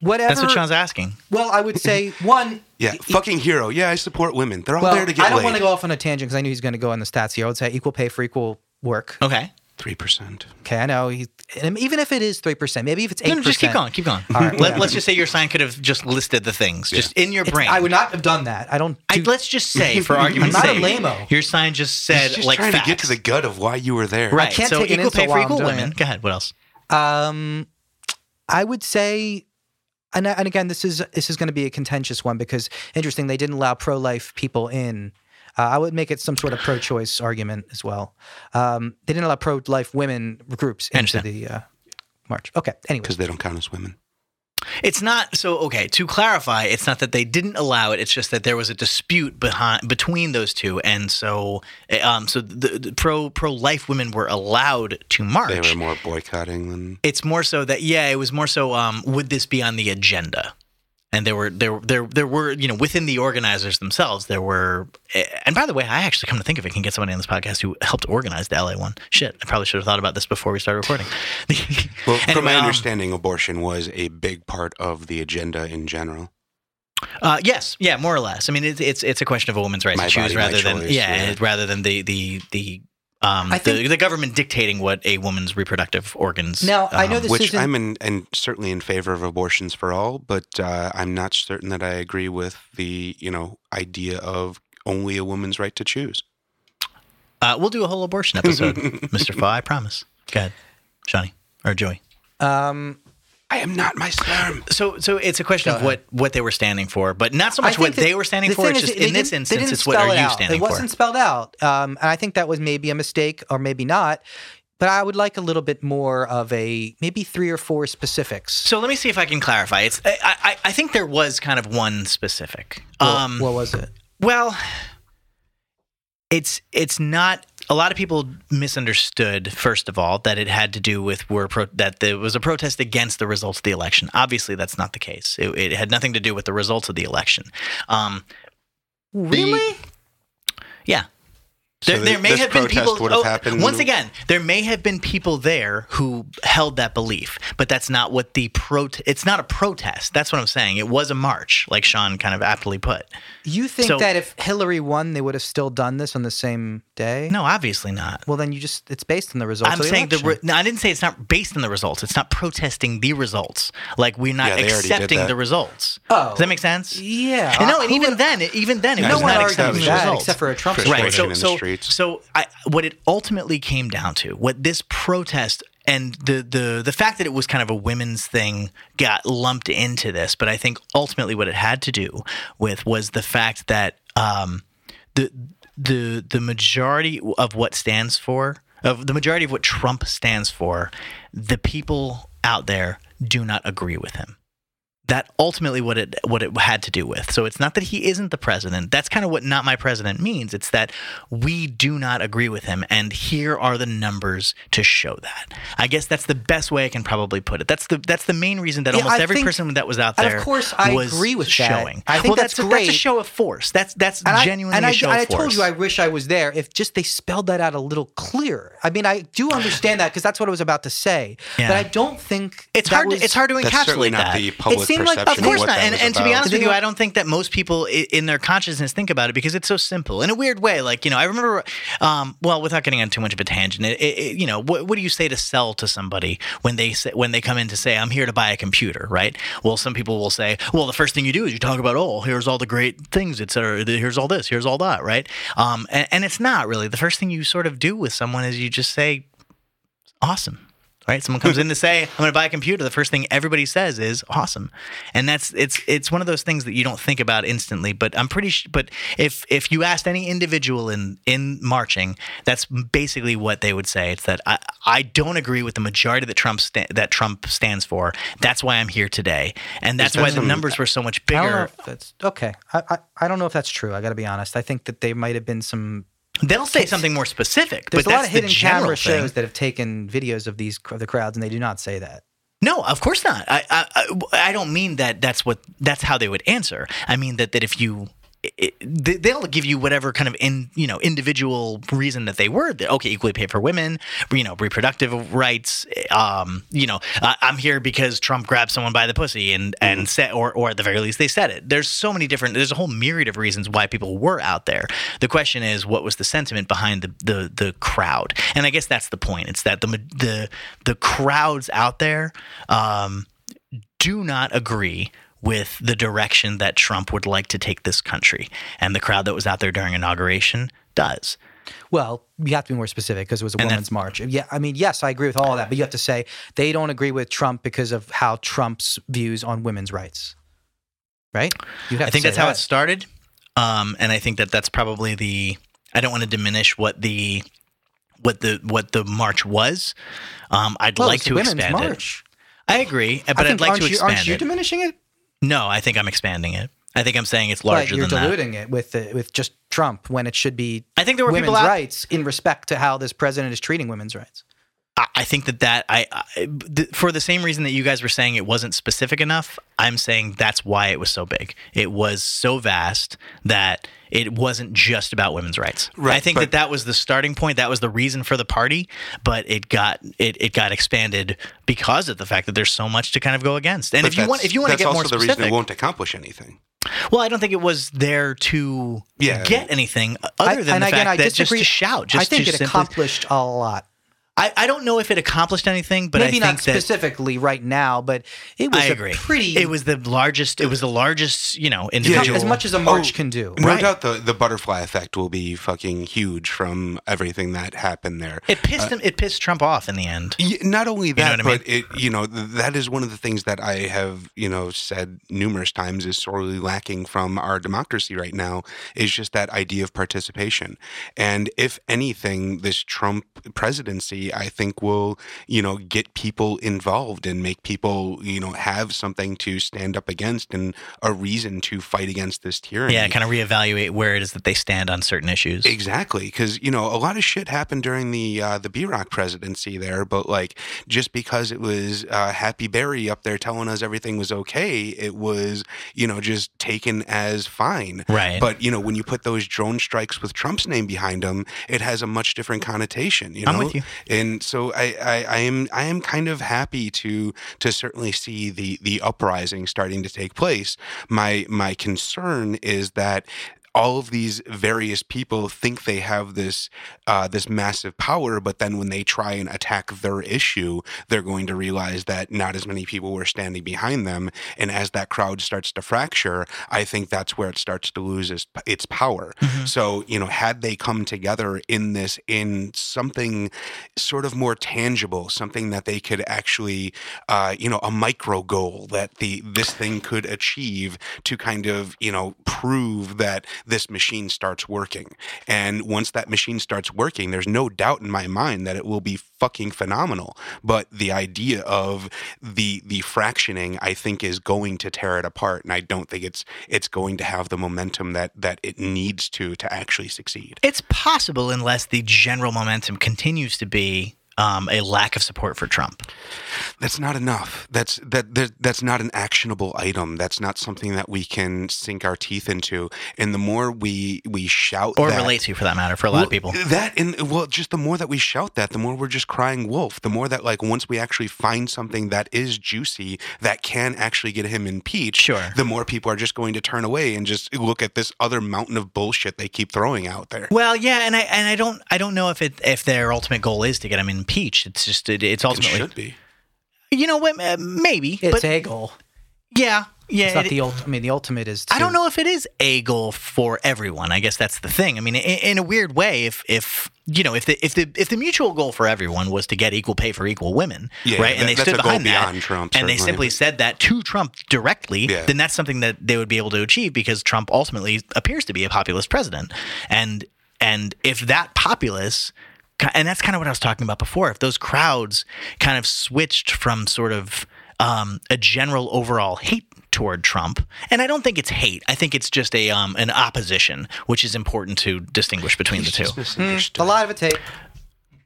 whatever. That's what Sean's asking. well, I would say one. yeah, fucking hero. Yeah, I support women. They're all Well, there to get I don't laid. want to go off on a tangent because I knew he's going to go on the stats here. I would say equal pay for equal work. Okay. Three percent. Okay, I know. He, and even if it is three percent, maybe if it's eight No, percent, no, just keep going. Keep going. right, Let, yeah. us just say your sign could have just listed the things just in your brain. I would not have done that. I don't. I, Do, let's just say, for argument's not a sake, lame-o. your sign just He's said just like trying facts. to get to the gut of why you were there. right. can't so take an equal insult pay for while I'm equal doing women. it. Go ahead. What else? Um, I would say, and I- and again, this is this is going to be a contentious one because interesting, they didn't allow pro life people in. Uh, I would make it some sort of pro choice argument as well. Um, they didn't allow pro life women groups into understand. the uh, march. Okay, anyways. Because they don't count as women. It's not so okay. To clarify, it's not that they didn't allow it. It's just that there was a dispute behind between those two, and so eh, um, so the, the pro pro life women were allowed to They march. were more boycotting than. it's more so that yeah, it was more so um, would this be on the agenda? And there were there there there were you know within the organizers themselves there were eh, and by the way I actually come to think of it can get somebody on this podcast who helped organize the LA one shit I probably should have thought about this before we started recording. Well, from Anyway, my um, understanding, abortion was a big part of the agenda in general. Uh, yes, yeah, more or less. I mean, it's it's it's a question of a woman's right My to choose body, my rather than choice, yeah, yeah. rather than the the the um I the, think- the government dictating what a woman's reproductive organs. Now, I know um, This Which isn't- I'm in, and certainly in favor of abortions for all, but uh, I'm not certain that I agree with the you know idea of only a woman's right to choose. Uh, we'll do a whole abortion episode, Mister Fa. I promise. Go ahead, Johnny or Joey. Um, I am not my sperm. So so it's a question Go of what what they were standing for, but not so I much what think that they were standing the for. thing It's is just they in this didn't- they instance, didn't it's what spell are it you out. standing It wasn't for? spelled out, um, and I think that was maybe a mistake or maybe not. But I would like a little bit more of a maybe three or four specifics. So let me see if I can clarify. It's I I, I think there was kind of one specific. Um, what, what was it? Well, it's it's not. A lot of people misunderstood, first of all, that it had to do with were pro- that there was a protest against the results of the election. Obviously, that's not the case. It, it had nothing to do with the results of the election. Um, Really? yeah. So There, th- there may this have been protest people. would have oh, happened- Once again, there may have been people there who held that belief, but that's not what the pro. It's not a protest. That's what I'm saying. It was a march, like Sean kind of aptly put. You think So- that if Hillary won, they would have still done this on the same day? No, obviously not. Well, then you just—it's based on the results. I'm of the saying the. election. Re- no, I didn't say it's not based on the results. It's not protesting the results. Like we're Yeah, not they already did accepting that. the results. Oh. Does that make sense? yeah. And no, Uh, and who even would- then, it- even then, it no was one not argues accepting that the results. except for a Trump supporter. right. So, in the so, streets. so I, what it ultimately came down to, what this protest and the the the fact that it was kind of a women's thing got lumped into this, but I think ultimately what it had to do with was the fact that um, the the the majority of what stands for of the majority of what Trump stands for, the people out there do not agree with him that ultimately what it what it had to do with. So it's not that he isn't the president. That's kind of what not my president means. It's that we do not agree with him and here are the numbers to show that. I guess that's the best way I can probably put it. That's the that's the main reason that Yeah, almost I every think- person that was out and of there course I was agree with that. showing. I think well, that's a- that's a great. show of force. That's that's and I- genuinely and a I, show and of I force. told you I wish I was there. If just they spelled that out a little clearer. I mean, I do understand that because that's what I was about to say. Yeah. But I don't think it's that hard Was, to, it's hard to That's certainly encapsulate not that. the public it seems mean, like, of perception course what not. that And, was and to be about. honest Did with they you, not- I don't think that most people i- in their consciousness think about it because it's so simple in a weird way. Like you know, I remember, um, well, without getting on too much of a tangent, it, it, it- you know, what, what do you say to sell to somebody when they say, when they come in to say, "I'm here to buy a computer," right? Well, some people will say, "Well, the first thing you do is you talk about, oh, here's all the great things, et cetera. Here's all this, here's all that," right? Um, and, and it's not really the first thing you sort of do with someone is you just say, awesome. Right? Someone comes in to say, I'm gonna buy a computer, the first thing everybody says is awesome. And that's it's it's one of those things that you don't think about instantly, but I'm pretty sh- but if if you asked any individual in in marching, that's basically what they would say. It's that I I don't agree with the majority that Trump sta- that Trump stands for. That's why I'm here today. And that's that why the some- numbers were so much I don't know bigger. if that's okay. I, I I don't know if that's true. I got to be honest. I think that they might have been some. They'll say something more specific, There's but a lot that's of hidden the general camera thing. shows that have taken videos of these of the crowds, and they do not say that. No, of course not. I, I I I don't mean that. That's what. That's how they would answer. I mean that that if you. It, they- they'll give you whatever kind of in you know individual reason that they were That, okay equally paid for women you know reproductive rights um you know I, i'm here because trump grabbed someone by the pussy and and said or or at the very least they said it there's so many different there's a whole myriad of reasons why people were out there the question is what was the sentiment behind the the the crowd and i guess that's the point it's that the ma- the the crowds out there um do not agree with the direction that Trump would like to take this country. And the crowd that was out there during inauguration does. Well, you have to be more specific because it was a women's march. Yeah, I mean, yes, I agree with all of that, but you have to say they don't agree with Trump because of how Trump's views on women's rights. Right? You have I to think say that's how that. it started. Um, and I think that that's probably the. I don't want to diminish what the what the what the march was. Um, I'd Well, like it's a to women's expand it. march. I agree, but I think, I'd like aren't to you, aren't expand you it. diminishing it? no, I think I'm expanding it. I think I'm saying it's But larger you're than that. diluting it with the, with just Trump when it should be I think there were women's people out rights in respect to how this president is treating women's rights. I- I think that that I, I th- for the same reason that you guys were saying it wasn't specific enough. I'm saying that's why it was so big. It was so vast that it wasn't just about women's rights. Right, I think but- that that was the starting point. That was the reason for the party, but it got it, it got expanded because of the fact that there's so much to kind of go against. And But if you want that's- if you want to that's get more also the specific, reason it won't accomplish anything. well, I don't think it was there to Yeah. get anything other I- than and the again, fact I that disagree. just to shout. Just I think to it simply, accomplished a lot. I, I don't know if it accomplished anything, but Maybe I think not that specifically right now, but it was I a agree. pretty It was the largest. It was the largest. You know, individual. as much as a march Oh, can do. No Right. doubt the, the butterfly effect will be fucking huge from everything that happened there. it pissed him. It pissed Trump off in the end. Y- Not only know that, what I mean? but it, you know, th- that is one of the things that I have, you know, said numerous times is sorely lacking from our democracy right now is just that idea of participation. And if anything, this Trump presidency, I think, will, you know, get people involved and make people, you know, have something to stand up against and a reason to fight against this tyranny. Yeah, kind of reevaluate where it is that they stand on certain issues. Exactly, because you know a lot of shit happened during the uh, the B Rock presidency there, but like just because it was uh, Happy Berry up there telling us everything was okay, it was you know just taken as fine. Right. But you know when you put those drone strikes with Trump's name behind them, it has a much different connotation. You know, I'm with you. and so I, I, I am I am kind of happy to to certainly see the the uprising starting to take place. My my concern is that all of these various people think they have this uh, this massive power, but then when they try and attack their issue, they're going to realize that not as many people were standing behind them. And as that crowd starts to fracture, I think that's where it starts to lose its, its power. Mm-hmm. So you know, had they come together in this in something sort of more tangible, something that they could actually, uh, you know, a micro goal that the this thing could achieve to kind of you know prove that this machine starts working. And once that machine starts working, there's no doubt in my mind that it will be fucking phenomenal. But the idea of the the fractioning, I think, is going to tear it apart, and I don't think it's it's going to have the momentum that that it needs to to actually succeed. It's possible unless the general momentum continues to be um, a lack of support for Trump. That's not enough. That's that, that that's not an actionable item. That's not something that we can sink our teeth into. And the more we we shout Or that, relate to, for that matter, for a lot of people. uh, Well, That and well, just the more that we shout that, the more we're just crying wolf. The more that like once we actually find something that is juicy that can actually get him impeached, Sure. the more people are just going to turn away and just look at this other mountain of bullshit they keep throwing out there. Well, yeah, and I and I don't I don't know if it if their ultimate goal is to get him impeached. It's just it, it's It ultimately should be. you know what uh, maybe It's but a goal. yeah yeah It's not it- the ultimate. I mean, the ultimate is. To, I don't know if it is a goal for everyone. I guess that's the thing. I mean, in, in a weird way, if if you know if the if the if the mutual goal for everyone was to get equal pay for equal women, Yeah, right? that- and they that's stood a goal behind that, beyond Trump, and they simply certainly. said that to Trump directly. Yeah. Then that's something that they would be able to achieve because Trump ultimately appears to be a populist president, and and if that populace. ki- And that's kind of what I was talking about before. If those crowds kind of switched from sort of um, a general overall hate toward Trump, and I don't think it's hate. I think it's just a um, an opposition, which is important to distinguish between the two. It's A misunderstood. lot of it's hate.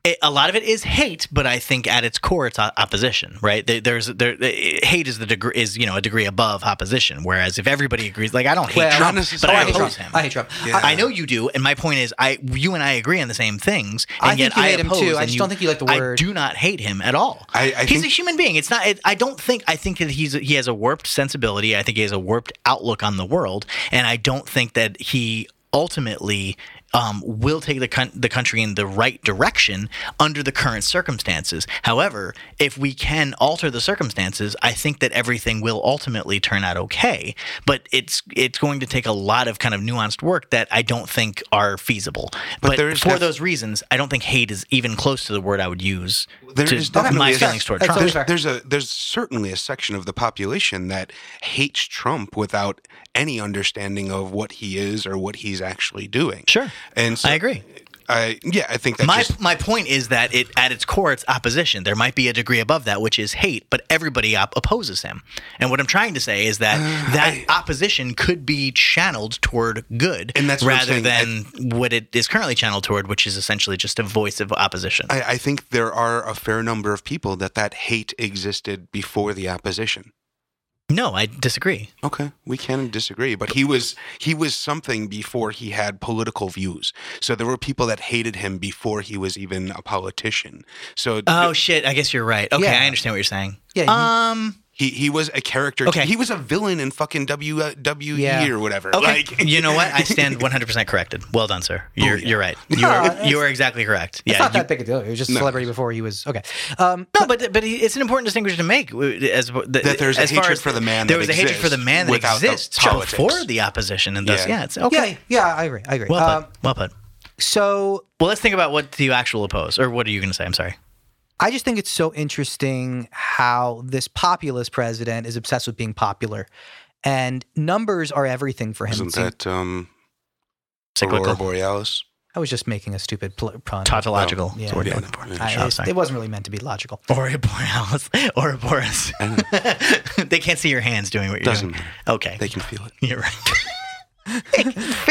It- a lot of it is hate, but I think at its core, it's o- opposition. Right? There- There's there, eh, hate is the degree is you know a degree above opposition. Whereas if everybody agrees, like I don't hate Well, Trump, not but I necessarily. oppose Trump. him. I hate Trump. Yeah. I, I know you do, and my point is, I you and I agree on the same things. And I yet think you I hate him, oppose too. I and just don't think you like the word. I do not hate him at all. I- I he's think- a human being. It's not. It, I don't think. I think that he's he has a warped sensibility. I think he has a warped outlook on the world, and I don't think that he ultimately. Um, will take the con- the country in the right direction under the current circumstances. However, if we can alter the circumstances, I think that everything will ultimately turn out okay. But it's it's going to take a lot of kind of nuanced work that I don't think are feasible. But, there is for def- those reasons, I don't think hate is even close to the word I would use There to is definitely my a- feelings toward That's Trump. always there's, fair. there's a there's certainly a section of the population that hates Trump without any understanding of what he is or what he's actually doing. Sure. and so, I agree. I yeah, I think that's My, just my point is that it at its core it's opposition. There might be a degree above that, which is hate, but everybody op- opposes him. And what I'm trying to say is that that opposition could be channeled toward good, And that's what I'm rather saying. than what it is currently channeled toward, which is essentially just a voice of opposition. I, I think there are a fair number of people that that hate existed before the opposition. no, I disagree. Okay, we can disagree, but he was he was something before he had political views. So there were people that hated him before he was even a politician. So Oh shit! I guess you're right. Okay, Yeah. I understand what you're saying. Yeah, you- Um. he he was a character. Okay. he was a villain in fucking W uh, W E Yeah. or whatever. Okay. Like Oh, you know what? I stand 100% corrected. Well done, sir. You're, Booyah. you're right. You No, are, it's- you are exactly correct. It's Yeah. not you- that big a deal. He was just a No. celebrity before he was okay. Um, no, but but he, it's an important distinction to make. uh, As That there's a as far hatred as- for the man There that was a hatred for the exists man that without the exists politics. before the opposition, and thus, yeah, Yeah. it's okay. Yeah, yeah, I agree. I agree. Well Um, put. well put. so Well, let's think about what do you actually oppose, or what are you going to say? I'm sorry. I just think it's so interesting how this populist president is obsessed with being popular, and numbers are everything for him. isn't It seems- that um, Aurora Cyclical, Borealis? I was just making a stupid pl- pun. tautological. Yeah. is the word Oh, Yeah. you're looking for. I- Sure, it, Oh, sorry. it wasn't really meant to be logical. Ouroboros. Ouroboros. they can't see your hands doing what you're Doesn't doing. matter. Okay. They can feel it. You're right. Eh.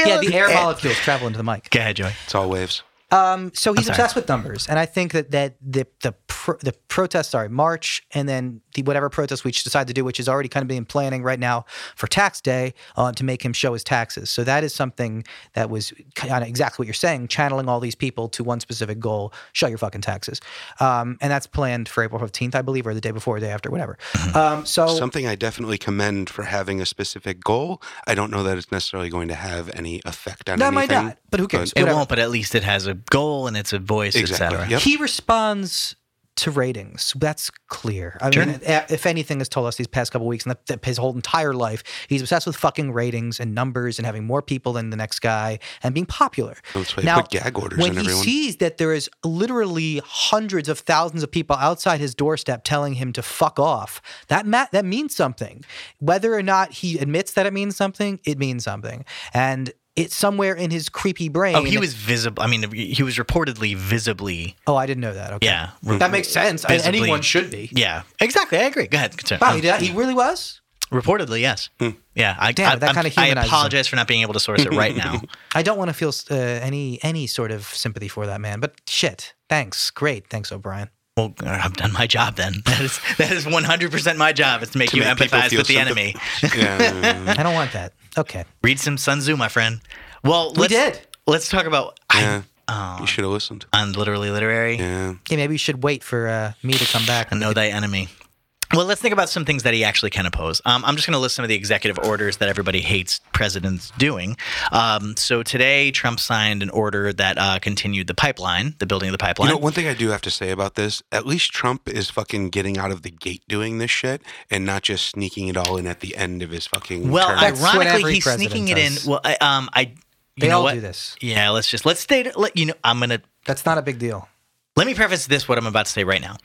Yeah, the air molecules travel into the mic. Go ahead, Joey. It's all waves. Um, so he's sorry. obsessed with numbers, and I think that that the the pro, the protest, sorry, March, and then the whatever protest we decide to do, which is already kind of being planning right now for tax day, uh, to make him show his taxes. So that is something that was kind of exactly what you're saying, channeling all these people to one specific goal: show your fucking taxes. Um, and that's planned for April 15th, I believe, or the day before, or the day after, whatever. Um, so Something I definitely commend for having a specific goal. I don't know that it's necessarily going to have any effect on that anything. might not, but who cares? It Whatever. won't, but at least it has a goal and it's a voice, Exactly. etc. Yep. He responds to ratings. That's clear. I mean, a- if anything has told us these past couple weeks and that, that his whole entire life, he's obsessed with fucking ratings and numbers and having more people than the next guy and being popular. That's why he put gag orders when in he everyone. sees that there is literally hundreds of thousands of people outside his doorstep telling him to fuck off, that ma- that means something. Whether or not he admits that it means something, it means something. And it's somewhere in his creepy brain. Oh, he was visible. I mean, he was reportedly visibly. Oh, I didn't know that. Okay. Yeah. Hmm. That makes sense. And Visibly- Anyone should be. Yeah. Exactly. I agree. Go ahead. Continue. Um, Wow, he, did, he really was. Reportedly, yes. Hmm. Yeah. I, Damn, I, that I'm- kinda humanizes I apologize for not being able to source it right now. I don't want to feel uh, any any sort of sympathy for that man, but shit, Thanks. Great. Thanks, O'Brien. Well, uh, I've done my job then. That is that is 100% my job is to make To you make people empathize feel with the sympath- enemy. Yeah. I don't want that. Okay. Read some Sun Tzu, my friend. Well, We let's, did. Let's talk about Yeah. I, you um, should have listened. on literally literary. Yeah. Yeah, maybe you should wait for uh, me to come back. and know thy enemy. Well, let's think about some things that he actually can oppose. Um, I'm just going to list some of the executive orders that everybody hates presidents doing. Um, so today, Trump signed an order that uh, continued the pipeline, the building of the You pipeline. know, one thing I do have to say about this, at least Trump is fucking getting out of the gate doing this shit and not just sneaking it all in at the end of his fucking well, term. That's what ironically, every he's president sneaking it does. in. Well, I, um, I you They know all what? do this. Yeah, let's just let's stay. Let you know. I'm gonna That's not a big deal. Let me preface this what I'm about to say right now.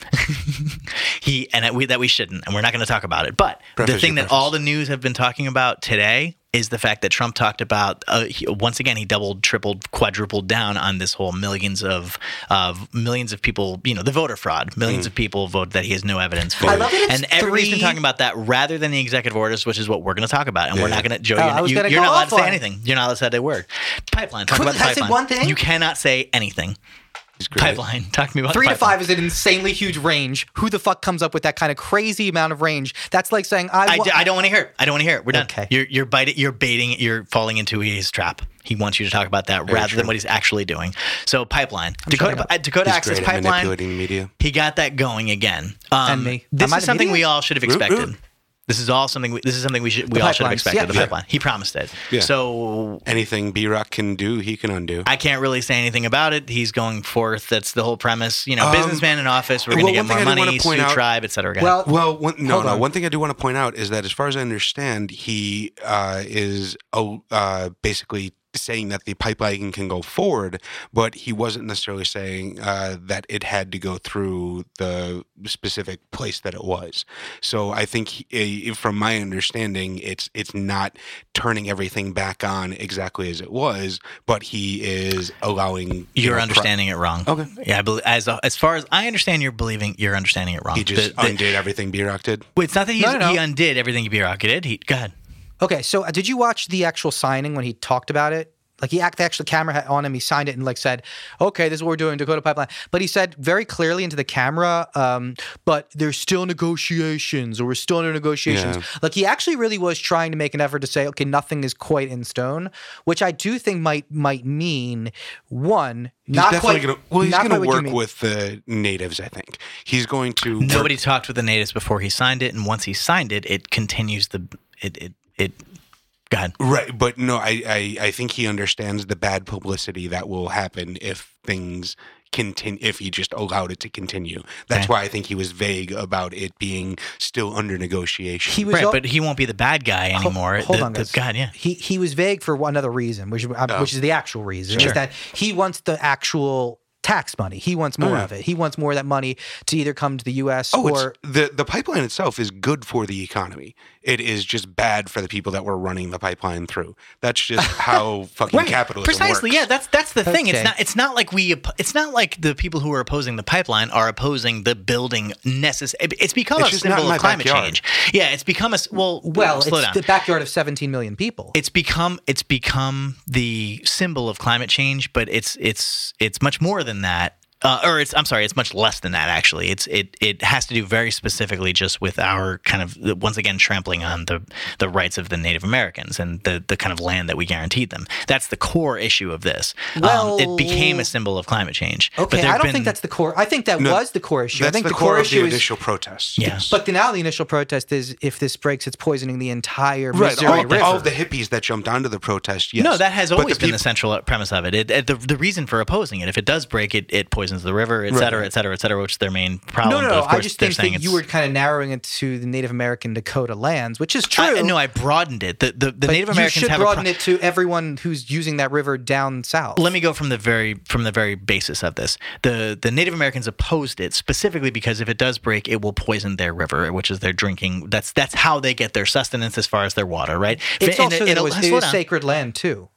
he and that we that we shouldn't, and we're not going to talk about it. But the Preface thing your that preface. all the news have been talking about today is the fact that Trump talked about uh, he, once again he doubled, tripled, quadrupled down on this whole millions of of millions of people, you know, the voter fraud. Millions of people vote that he has no evidence for. Mm. love that it's and everybody's three- been talking about that rather than the executive orders, which is what we're going to talk about. And we're Yeah. not going to Joe, Oh, I you're, was you, gonna you're go not allowed to off say on it. anything. You're not allowed to say a word. Pipeline. Talk about the I said pipeline. one thing? You cannot say anything. He's great. Pipeline. Talk to me about the Three to pipeline. five is an insanely huge range. Who the fuck comes up with that kind of crazy amount of range? That's like saying I. I, wa- d- I don't want to hear it. I don't want to hear it. We're done. Okay. You're you're biting. You're baiting. You're falling into his trap. He wants you to talk about that rather than true. what he's actually doing. So pipeline, shutting Dakota, up. uh, Dakota He's Access great at Pipeline. manipulating the media. He got that going again. Um, And me. Am This I is the something media? we all should have Root, expected. root. This is all something. We, this is something we should. We all should have pipelines, expected. yeah. The Yeah. pipeline. He promised it. Yeah. So Anything B Rock can do, he can undo. I can't really say anything about it. He's going forth. That's the whole premise. You know, Um, businessman in office. We're well, going to one get more thing I did wanna money. point Sue out- tribe, et cetera. Go ahead. well, Well, one, no, Hold no. on. One thing I do want to point out is that, as far as I understand, he uh, is oh, uh, basically saying that the pipeline can go forward, but he wasn't necessarily saying uh, that it had to go through the specific place that it was. So I think, he, eh, from my understanding, it's it's not turning everything back on exactly as it was, but he is allowing you You're know, pro- understanding it wrong. Okay. Yeah, I believe, as as far as I understand, you're believing you're understanding it wrong. He just The- the- undid everything B Rock did. wait, it's not that he's, No, no, no. he undid everything Birok did. He go ahead. okay. So uh, did you watch the actual signing when he talked about it? Like he act, actually, camera had on him. He signed it and like said, "Okay, this is what we're doing, Dakota Pipeline." But he said very clearly into the camera, um, "But there's still negotiations, or we're still under negotiations." Yeah. Like he actually really was trying to make an effort to say, "Okay, nothing is quite in stone," which I do think might might mean one, He's not definitely quite. gonna, well, he's not going quite to what you work mean. with the natives. I think he's going to. work- Nobody talked with the natives before he signed it, and once he signed it, it continues the it it it. Go ahead. right, but no, I, I I think he understands the bad publicity that will happen if things continue. If he just allowed it to continue, that's Okay. why I think he was vague about it being still under negotiation. He was Right, al- but he won't be the bad guy Ho- anymore. Hold The- on, the- guys. God, yeah. He he was vague for one other reason, which uh, Oh. which is the actual reason, Sure. is that he wants the actual tax money. He wants more yeah. of it. He wants more of that money to either come to the U.S. Oh, or it's, the the pipeline itself is good for the economy. It is just bad for the people that were running the pipeline through. That's just how fucking capitalism precisely works. yeah that's that's the thing Okay. it's not it's not like we op- it's not like the people who are opposing the pipeline are opposing the building necessary it's become It's a just not in symbol my of climate backyard. change yeah it's become a s- well well, slow it's down. the backyard of 17 million people. it's become it's become the symbol of climate change, but it's it's it's much more than that. Uh, or it's I'm sorry, it's much less than that actually. It's it it has to do very specifically just with our kind of once again trampling on the the rights of the Native Americans and the the kind of land that we guaranteed them. That's the core issue of this. Um, Well- it became a symbol of climate change. But okay, there've I don't been- think that's the core. I think that No, was the core issue. That's I think the, the, core, of issue the is. initial protests. yeah. But the, now the initial protest is if this breaks, it's poisoning the entire Right, Missouri all, River. all of the hippies that jumped onto the protest. Yes, No, that has But always the been peop- the central premise of it. It, it- the, the reason for opposing it. If it does break, it, it poisons the river, et Right. cetera, et cetera, et cetera, which is their main no, problem. no, But no. of I course just they're think saying that you it's- were kind of narrowing it to the Native American Dakota lands, which is true. I, no, I broadened it. The the, the But Native Americans you should have broaden a pro- it to everyone who's using that river down south. Let me go from the very from the very basis of this. The the Native Americans opposed it specifically because if it does break, it will poison their river, which is their drinking. That's that's how they get their sustenance as far as their water, right? It's In a- also in that a- it was, it slow was down. sacred land too.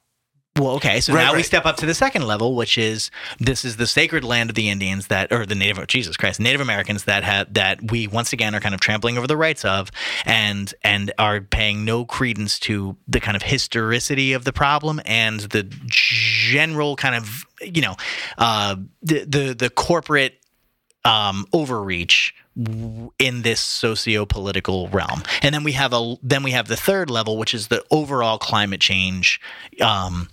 Well, okay, so Right, now we right. step up to the second level, which is this is the sacred land of the Indians that, or the Native, Jesus Christ, Native Americans that have that we once again are kind of trampling over the rights of, and and are paying no credence to the kind of historicity of the problem and the general kind of you know uh, the the the corporate um, overreach w- in this socio-political realm and then we have a then we have the third level which is the overall climate change um,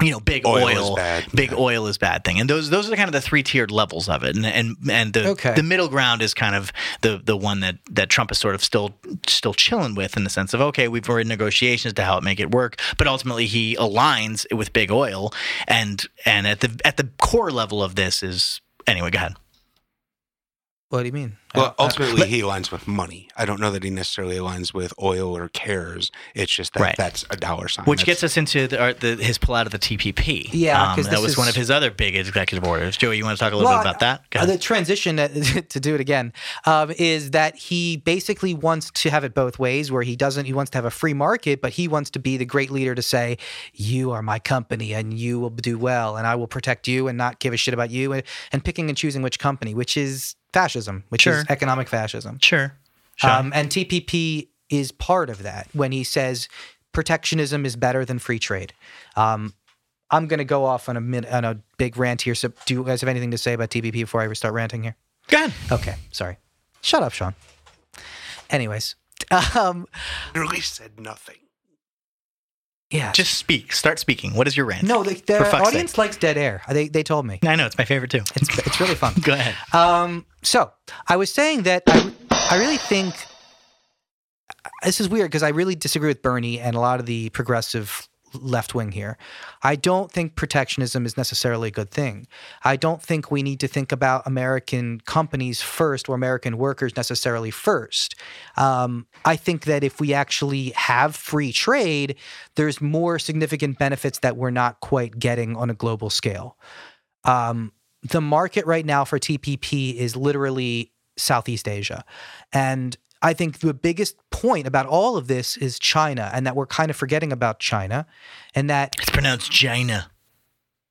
you know big Oil oil, is bad, big yeah. oil is bad thing and those those are kind of the three tiered levels of it and and and the Okay. the middle ground is kind of the the one that that Trump is sort of still still chilling with in the sense of okay we've we're in negotiations to help make it work but ultimately he aligns with big oil and and at the at the core level of this is anyway go ahead What do you mean? Well, Uh, uh, ultimately, he aligns with money. I don't know that he necessarily aligns with oil or cares. It's just that Right. that's a dollar sign. Which That's- gets us into the, our, the, his pull out of the TPP. Yeah, 'cause Um, that this was one is- of his other big executive orders. Joey, you want to talk a little Well, bit about that? Go ahead. the transition uh, to do it again um, is that he basically wants to have it both ways, where he doesn't. He wants to have a free market, but he wants to be the great leader to say, "You are my company, and you will do well, and I will protect you, and not give a shit about you," and, and picking and choosing which company, which is fascism, which Sure. is economic fascism. sure. Sure. Um, and TPP is part of that when he says protectionism is better than free trade. Um, I'm going to go off on a min- on a big rant here. So, do you guys have anything to say about TPP before I start ranting here? go ahead. Okay, sorry. Shut up, Sean. Anyways, um, literally said nothing. yeah. Just speak. Start speaking. What is your rant? no, the, the for fuck's audience likes dead air. They they told me I know it's my favorite too. it's it's really fun. Go ahead. Um, so I was saying that I, I really think this is weird because I really disagree with Bernie and a lot of the progressive left wing here. I don't think protectionism is necessarily a good thing. I don't think we need to think about American companies first or American workers necessarily first. Um, I think that if we actually have free trade, there's more significant benefits that we're not quite getting on a global scale. Um, the market right now for TPP is literally Southeast Asia. And I think the biggest point about all of this is China and that we're kind of forgetting about China and that It's pronounced China.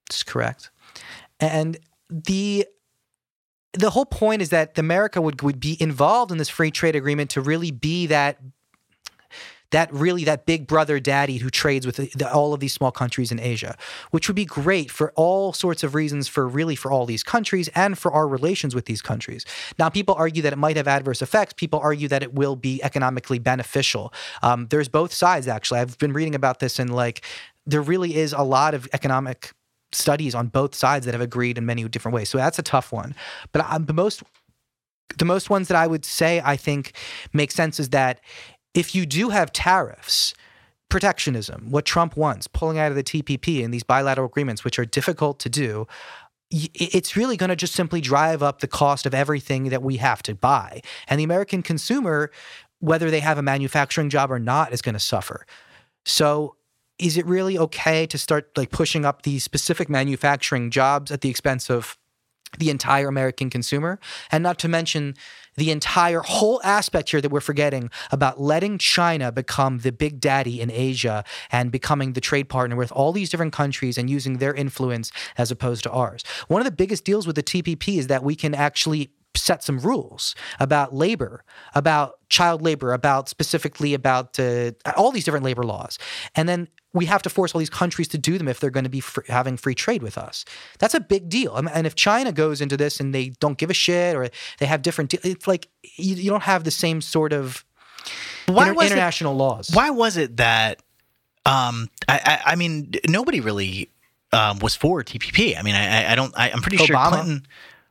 that's correct. And the the whole point is that America would would be involved in this free trade agreement to really be that that really that big brother daddy who trades with the, the- all of these small countries in Asia, which would be great for all sorts of reasons for really for all these countries and for our relations with these countries. Now, people argue that it might have adverse effects. People argue that it will be economically beneficial. Um, there's both sides actually. I've been reading about this and like there really is a lot of economic studies on both sides that have agreed in many different ways. So that's a tough one. But i the most the most ones that I would say I think make sense is that if you do have tariffs, protectionism, what Trump wants, pulling out of the TPP and these bilateral agreements, which are difficult to do, y- it's really going to just simply drive up the cost of everything that we have to buy. And the American consumer, whether they have a manufacturing job or not, is going to suffer. So, is it really okay to start like pushing up these specific manufacturing jobs at the expense of the entire American consumer, and not to mention the entire whole aspect here that we're forgetting about letting China become the big daddy in Asia and becoming the trade partner with all these different countries and using their influence as opposed to ours. One of the biggest deals with the TPP is that we can actually set some rules about labor, about child labor, about specifically about uh, all these different labor laws. And then we have to force all these countries to do them if they're going to be fr- having free trade with us. That's a big deal. And- And if China goes into this and they don't give a shit or they have different, de- it's like you, you don't have the same sort of Why inter- was it international laws. Why was it that? Um, I, I, I mean, nobody really um, was for TPP. I mean, I, I- I don't. I, I'm pretty sure Obama. Clinton.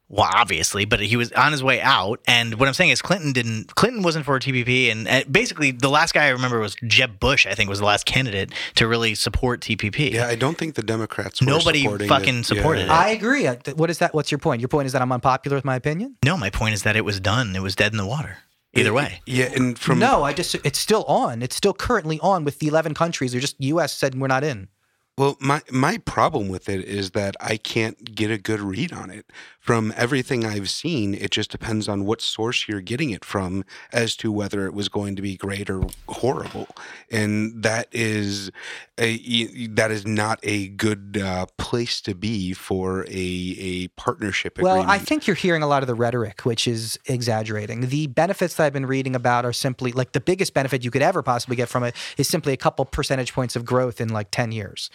Well, obviously, but he was on his way out, and what I'm saying is Clinton didn't. Clinton wasn't for TPP, and uh, basically the last guy I remember was Jeb Bush. I think was the last candidate to really support TPP. Yeah, I don't think the Democrats. Were Nobody supporting fucking it. supported it. I agree. Uh, th- What is that? What's your point? Your point is that I'm unpopular with my opinion? No, my point is that it was done. It was dead in the water. Either way, Yeah, and from no, I just, it's still on. It's still currently on with the 11 countries. They're just US said we're not in. Well, my my problem with it is that I can't get a good read on it. From everything I've seen, it just depends on what source you're getting it from as to whether it was going to be great or horrible. And that is a that is not a good uh, place to be for a a partnership Well, agreement. I think you're hearing a lot of the rhetoric, which is exaggerating. The benefits that I've been reading about are simply like the biggest benefit you could ever possibly get from it is simply a couple percentage points of growth in like 10 years.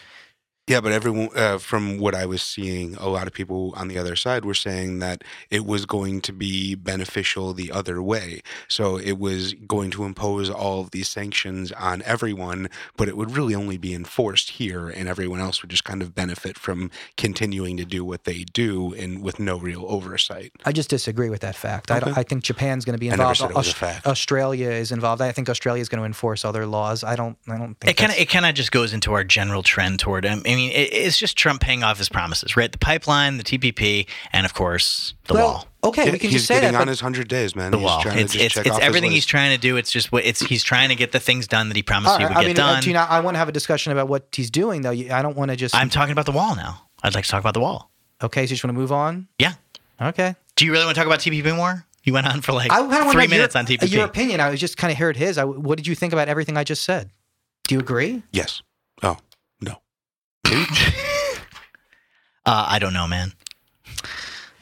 Yeah, but everyone, uh, from what I was seeing, a lot of people on the other side were saying that it was going to be beneficial the other way. So it was going to impose all of these sanctions on everyone, but it would really only be enforced here, and everyone else would just kind of benefit from continuing to do what they do and with no real oversight. I just disagree with that fact. I, don't- Okay. I think Japan's going to be I never involved. Oh, said it was a Aus- fact. Australia is involved. I think Australia is going to enforce other laws. I don't. I don't think It kind of that's- it kind of just goes into our general trend toward. I mean, it, it's just Trump paying off his promises, right? The pipeline, the TPP, and of course the well, wall. Okay, Yeah, we can he's just say getting that. on but- his hundred days, man. The he's wall. trying It's to just it's, check it's off everything his he's list. trying to do. It's just what it's he's trying to get the things done that he promised All he right, would I get mean, uh, done. Tina, I want to have a discussion about what he's doing, though. You- I don't want to just. I'm talking about the wall now. I'd like to talk about the wall. okay, so you just want to move on. Yeah. Okay. Do you really want to talk about TPP more? You went on for like I kinda wanna three have your- minutes on TPP. Your opinion. I was just kind of heard his. I, what did you think about everything I just said? Do you agree? Yes. Oh no. uh, I don't know, man.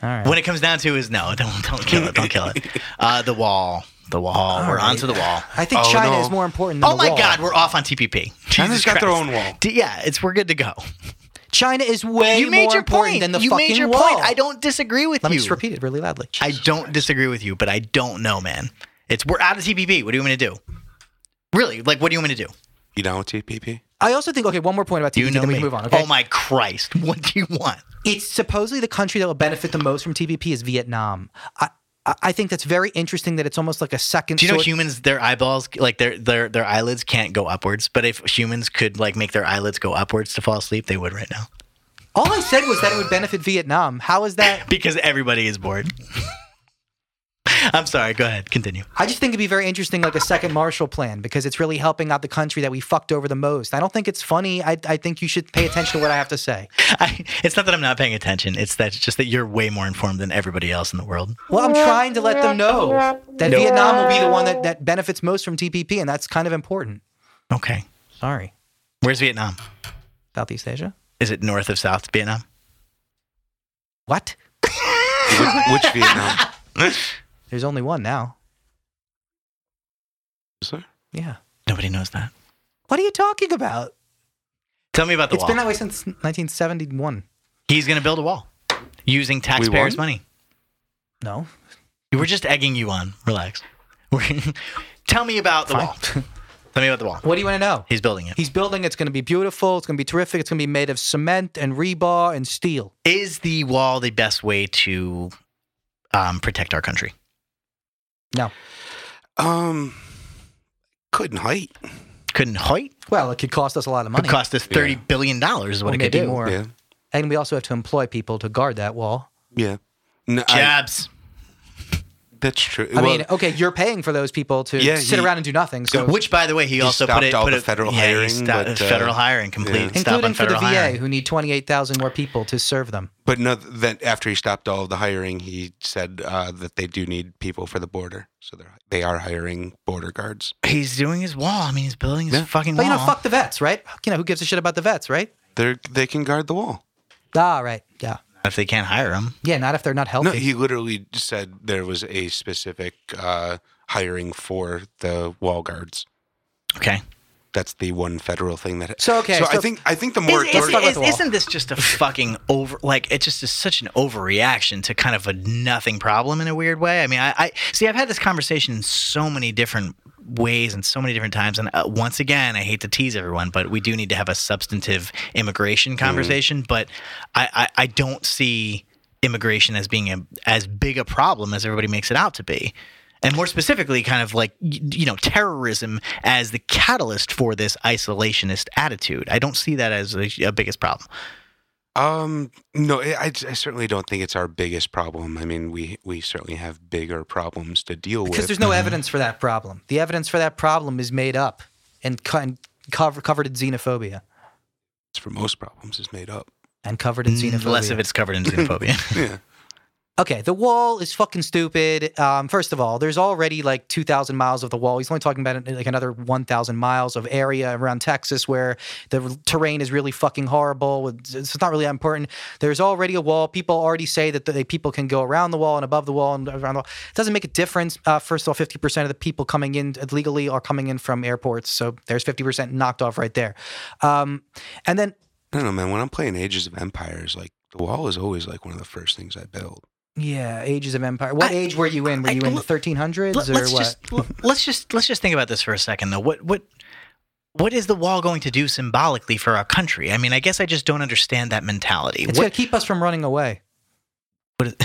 All right. When it comes down to is no, don't don't kill it, don't kill it. Uh, the wall, the wall. All we're right. onto the wall. I think Oh, China no. is more important than Oh the my wall. God, we're off on TPP. Jesus China's got their Christ. own wall. D- Yeah, it's we're good to go. China is way you made more your important point. than the you fucking made your wall. point. I don't disagree with Let me you. just repeat it really loudly. I don't disagree with you, but I don't know, man. It's we're out of TPP. What do you want me to do? Really? Like, what do you want me to do? You down with TPP? I also think. Okay, one more point about TPP. You know then me. we can move on. Okay. Oh my Christ! What do you want? it's supposedly the country that will benefit the most from TPP is Vietnam. I, I- I think that's very interesting that it's almost like a second. Do you know sort- humans their eyeballs like their their their eyelids can't go upwards, but if humans could like make their eyelids go upwards to fall asleep, they would right now. All I said was that it would benefit Vietnam. How is that? Because everybody is bored. I'm sorry, go ahead, continue. I just think it'd be very interesting, like a second Marshall Plan, because it's really helping out the country that we fucked over the most. I don't think it's funny. I, I think you should pay attention to what I have to say. I, it's not that I'm not paying attention, it's that it's just that you're way more informed than everybody else in the world. Well, I'm trying to let them know that Vietnam will be the one that, that benefits most from TPP, and that's kind of important. Okay. Sorry, Where's Vietnam? Southeast Asia. Is it north of South Vietnam? What? Which, which Vietnam? There's only one now. Is there? Yeah. Nobody knows that. What are you talking about? Tell me about the It's wall. been that way since 1971. He's gonna build a wall using taxpayers' money. No. We're just egging you on. Relax. We're- Tell me about the Fine. wall. Tell me about the wall. What do you want to know? He's building it. He's building. It's going to be beautiful. It's going to be terrific. It's going to be made of cement and rebar and steel. Is the wall the best way to um, protect our country? No. Um, couldn't height. Couldn't Hoyt Well, it could cost us a lot of could money. cost us thirty Yeah. billion dollars is what Or it could maybe do. more. Or- yeah, and we also have to employ people to guard that wall. yeah. No, I- Jobs. that's true. I Well, mean, uh, okay, you're paying for those people to Yeah, sit he- around and do nothing. So, Which, by the way, he, also put stopped it all put the it- federal yeah, he hiring, stopped- but, uh, federal hiring, complete yeah. stop including on for the federal VA, hiring. who need 28,000 more people to serve them. but no. That after he stopped all of the hiring, he said uh, that they do need people for the border, so they're they are hiring border guards. He's doing his wall. I mean, he's building his Yeah. fucking But wall. you know, fuck the vets, right? You know, who gives a shit about the vets, right? They they can guard the wall. Ah, right. Yeah. if they can't hire him, Yeah, not if they're not healthy. No, he literally said there was a specific uh, hiring for the wall guards. okay. That's the one federal thing that. So, okay, So, I so- think I think the Is, more it's- is, Let's talk about the wall. not this just a fucking over? Like it just is such an overreaction to kind of a nothing problem in a weird way. I mean, I, I see. I've had this conversation in so many different ways and so many different times. And uh, once again, I hate to tease everyone, but we do need to have a substantive immigration Mm-hmm. conversation. But I, I, I don't see immigration as being a, as big a problem as everybody makes it out to be. And more specifically, kind of like, y- you know, terrorism as the catalyst for this isolationist attitude. I don't see that as a, a biggest problem. Um, no, I, I I certainly don't think it's our biggest problem. I mean, we we certainly have bigger problems to deal Because with. there's Mm-hmm. no evidence for that problem. The evidence for that problem is made up and, co- and cover, covered in xenophobia for most problems is made up. and covered in xenophobia. Unless if Mm, it's covered in xenophobia. Yeah. okay, the wall is fucking stupid. Um, first of all, there's already like 2,000 miles of the wall. He's only talking about like another 1,000 miles of area around Texas where the terrain is really fucking horrible. It's, it's not really that important. There's already a wall. People already say that the people can go around the wall and above the wall and around the wall. It doesn't make a difference. Uh, first of all, 50% of the people coming in legally are coming in from airports. So there's 50% knocked off right there. Um, and then I don't know, man. When I'm playing Ages of Empires, like the wall is always like one of the first things I build. Yeah, Ages of Empire. What I- age were you in? Were I- you in the let- 1300s Let, or us what? just l- let's just let's just think about this for a second though. What what what is the wall going to do symbolically for our country? I mean, I guess I just don't understand that mentality. it's going What- to keep us from running away. what is-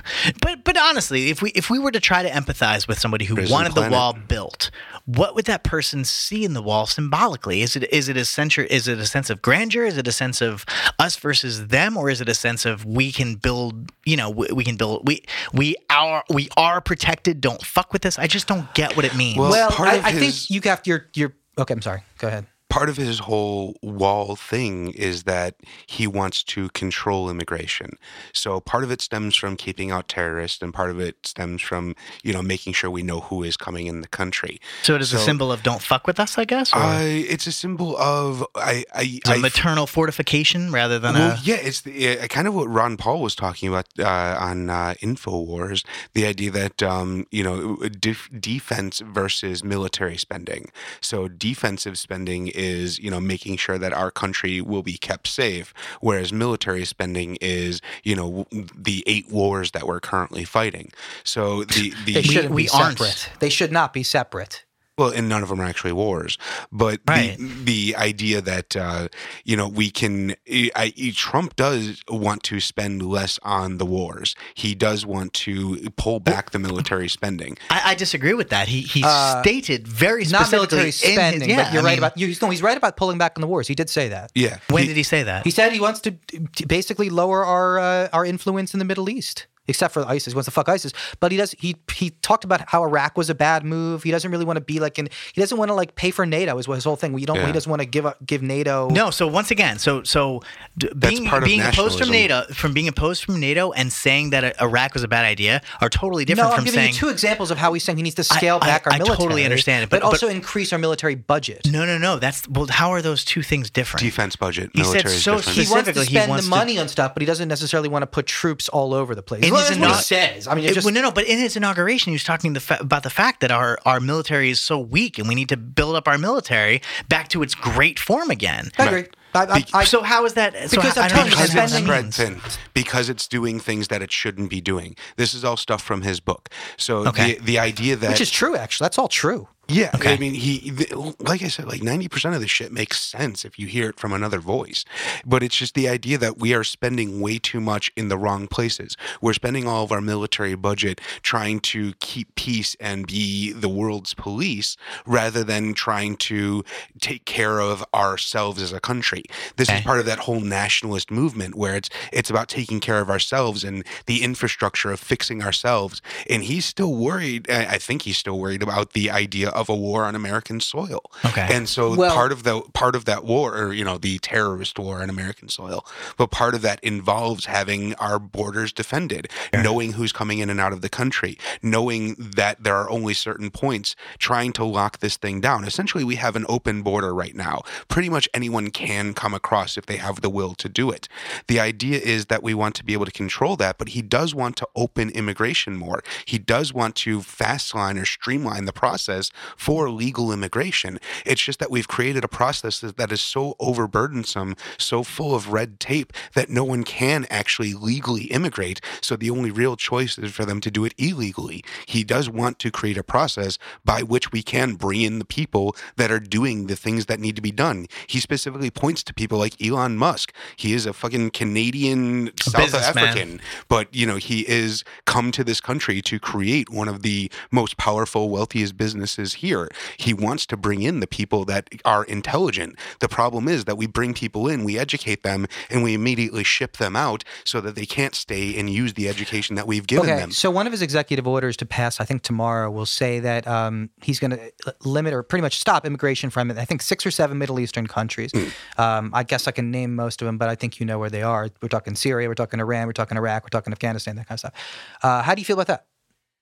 but but honestly, if we if we were to try to empathize with somebody who Prison wanted planet. the wall built, what would that person see in the wall symbolically? Is it is it a censure? Is it a sense of grandeur? Is it a sense of us versus them, or is it a sense of we can build? You know, we, we can build. We we are we are protected. Don't fuck with this. I just don't get what it means. Well, Well, part I, of I his- think you have your your. Okay, I'm sorry. Go ahead. Part of his whole wall thing is that he wants to control immigration. So part of it stems from keeping out terrorists, and part of it stems from you know making sure we know who is coming in the country. so it is a so- symbol of don't fuck with us. I guess. Or Uh, it's a symbol of I I, is it I- a maternal fortification rather than well, a. yeah, it's the, uh, kind of what Ron Paul was talking about uh, on uh, Infowars. The idea that um, you know def- defense versus military spending. So defensive spending is you know making sure that our country will be kept safe, whereas military spending is you know w- the eight wars that we're currently fighting. So the They the shouldn't we be aren't. separate. They should not be separate. well, and none of them are actually wars, but Right. the the idea that uh, you know we can, e, I, I- Trump does want to spend less on the wars. He does want to pull back the military spending. I, I disagree with that. He he Uh, stated very Not specifically military in spending, his, yeah, but you're I right mean, about you. he's- No, he's right about pulling back on the wars. He did say that. Yeah, When He- did he say that? He said he wants to to basically lower our uh, our influence in the Middle East, except for ISIS. He wants to fuck ISIS, but he does. He he talked about how Iraq was a bad move. He doesn't really want to be like in. He doesn't want to like pay for NATO. Is what his whole thing. He don't. Yeah. He doesn't want to give up, give NATO. no. So once again, so so d- That's being part of being opposed from nationalism. NATO from being opposed from NATO and saying that uh, Iraq was a bad idea are totally different No, I'm from giving saying you two examples of how he's saying he needs to scale I- back our I military. totally understand it, but, but- but- also increase our military budget. no, no, no. That's well. How are those two things different? defense budget, He said military is so different. He wants to Specifically, he spend wants the to- money on stuff, but he doesn't necessarily want to put troops all over the place. In Well, his that's what he inaug- says. I mean, it's It- just well, no, no. But in his inauguration, he was talking the fa- about the fact that our our military is so weak, and we need to build up our military back to its great form again. I agree. I, I, I, so how is that? So Because I, I I'm don't telling you, understand because how that it's spending- spread means. thin, because it's doing things that it shouldn't be doing. This is all stuff from his book. So Okay. the the idea that which is true, actually. That's all true. Yeah, I Okay. mean, he th- like I said, like ninety percent of the shit makes sense if you hear it from another voice, but it's just the idea that we are spending way too much in the wrong places. We're spending all of our military budget trying to keep peace and be the world's police, rather than trying to take care of ourselves as a country. This is Okay. part of that whole nationalist movement where it's it's about taking care of ourselves and the infrastructure of fixing ourselves. And he's still worried. I I think he's still worried about the idea of a war on American soil. Okay. And so Well- part of the part of that war, or you know, the terrorist war on American soil, but part of that involves having our borders defended, knowing who's coming in and out of the country, knowing that there are only certain points, trying to lock this thing down. Essentially, we have an open border right now. Pretty much anyone can come across if they have the will to do it. The idea is that we want to be able to control that, but he does want to open immigration more. He does want to fast line or streamline the process for legal immigration. It's just that we've created a process that, that is so overburdensome, so full of red tape that no one can actually legally immigrate. So the only real choice is for them to do it illegally. He does want to create a process by which we can bring in the people that are doing the things that need to be done. He specifically points to people like Elon Musk. He is a fucking Canadian South businessman. African but you know he is come to this country to create one of the most powerful wealthiest businesses here he wants to bring in the people that are intelligent the problem is that we bring people in we educate them and we immediately ship them out so that they can't stay and use the education that we've given Okay, them so one of his executive orders to pass, I think tomorrow, will say that um, he's going to limit or pretty much stop immigration from, I think, six or seven Middle Eastern countries. Hmm. Um, I guess I can name most of them, but I think you know where they are. We're talking Syria, we're talking Iran, we're talking Iraq, we're talking Afghanistan, that kind of stuff. Uh, how do you feel about that?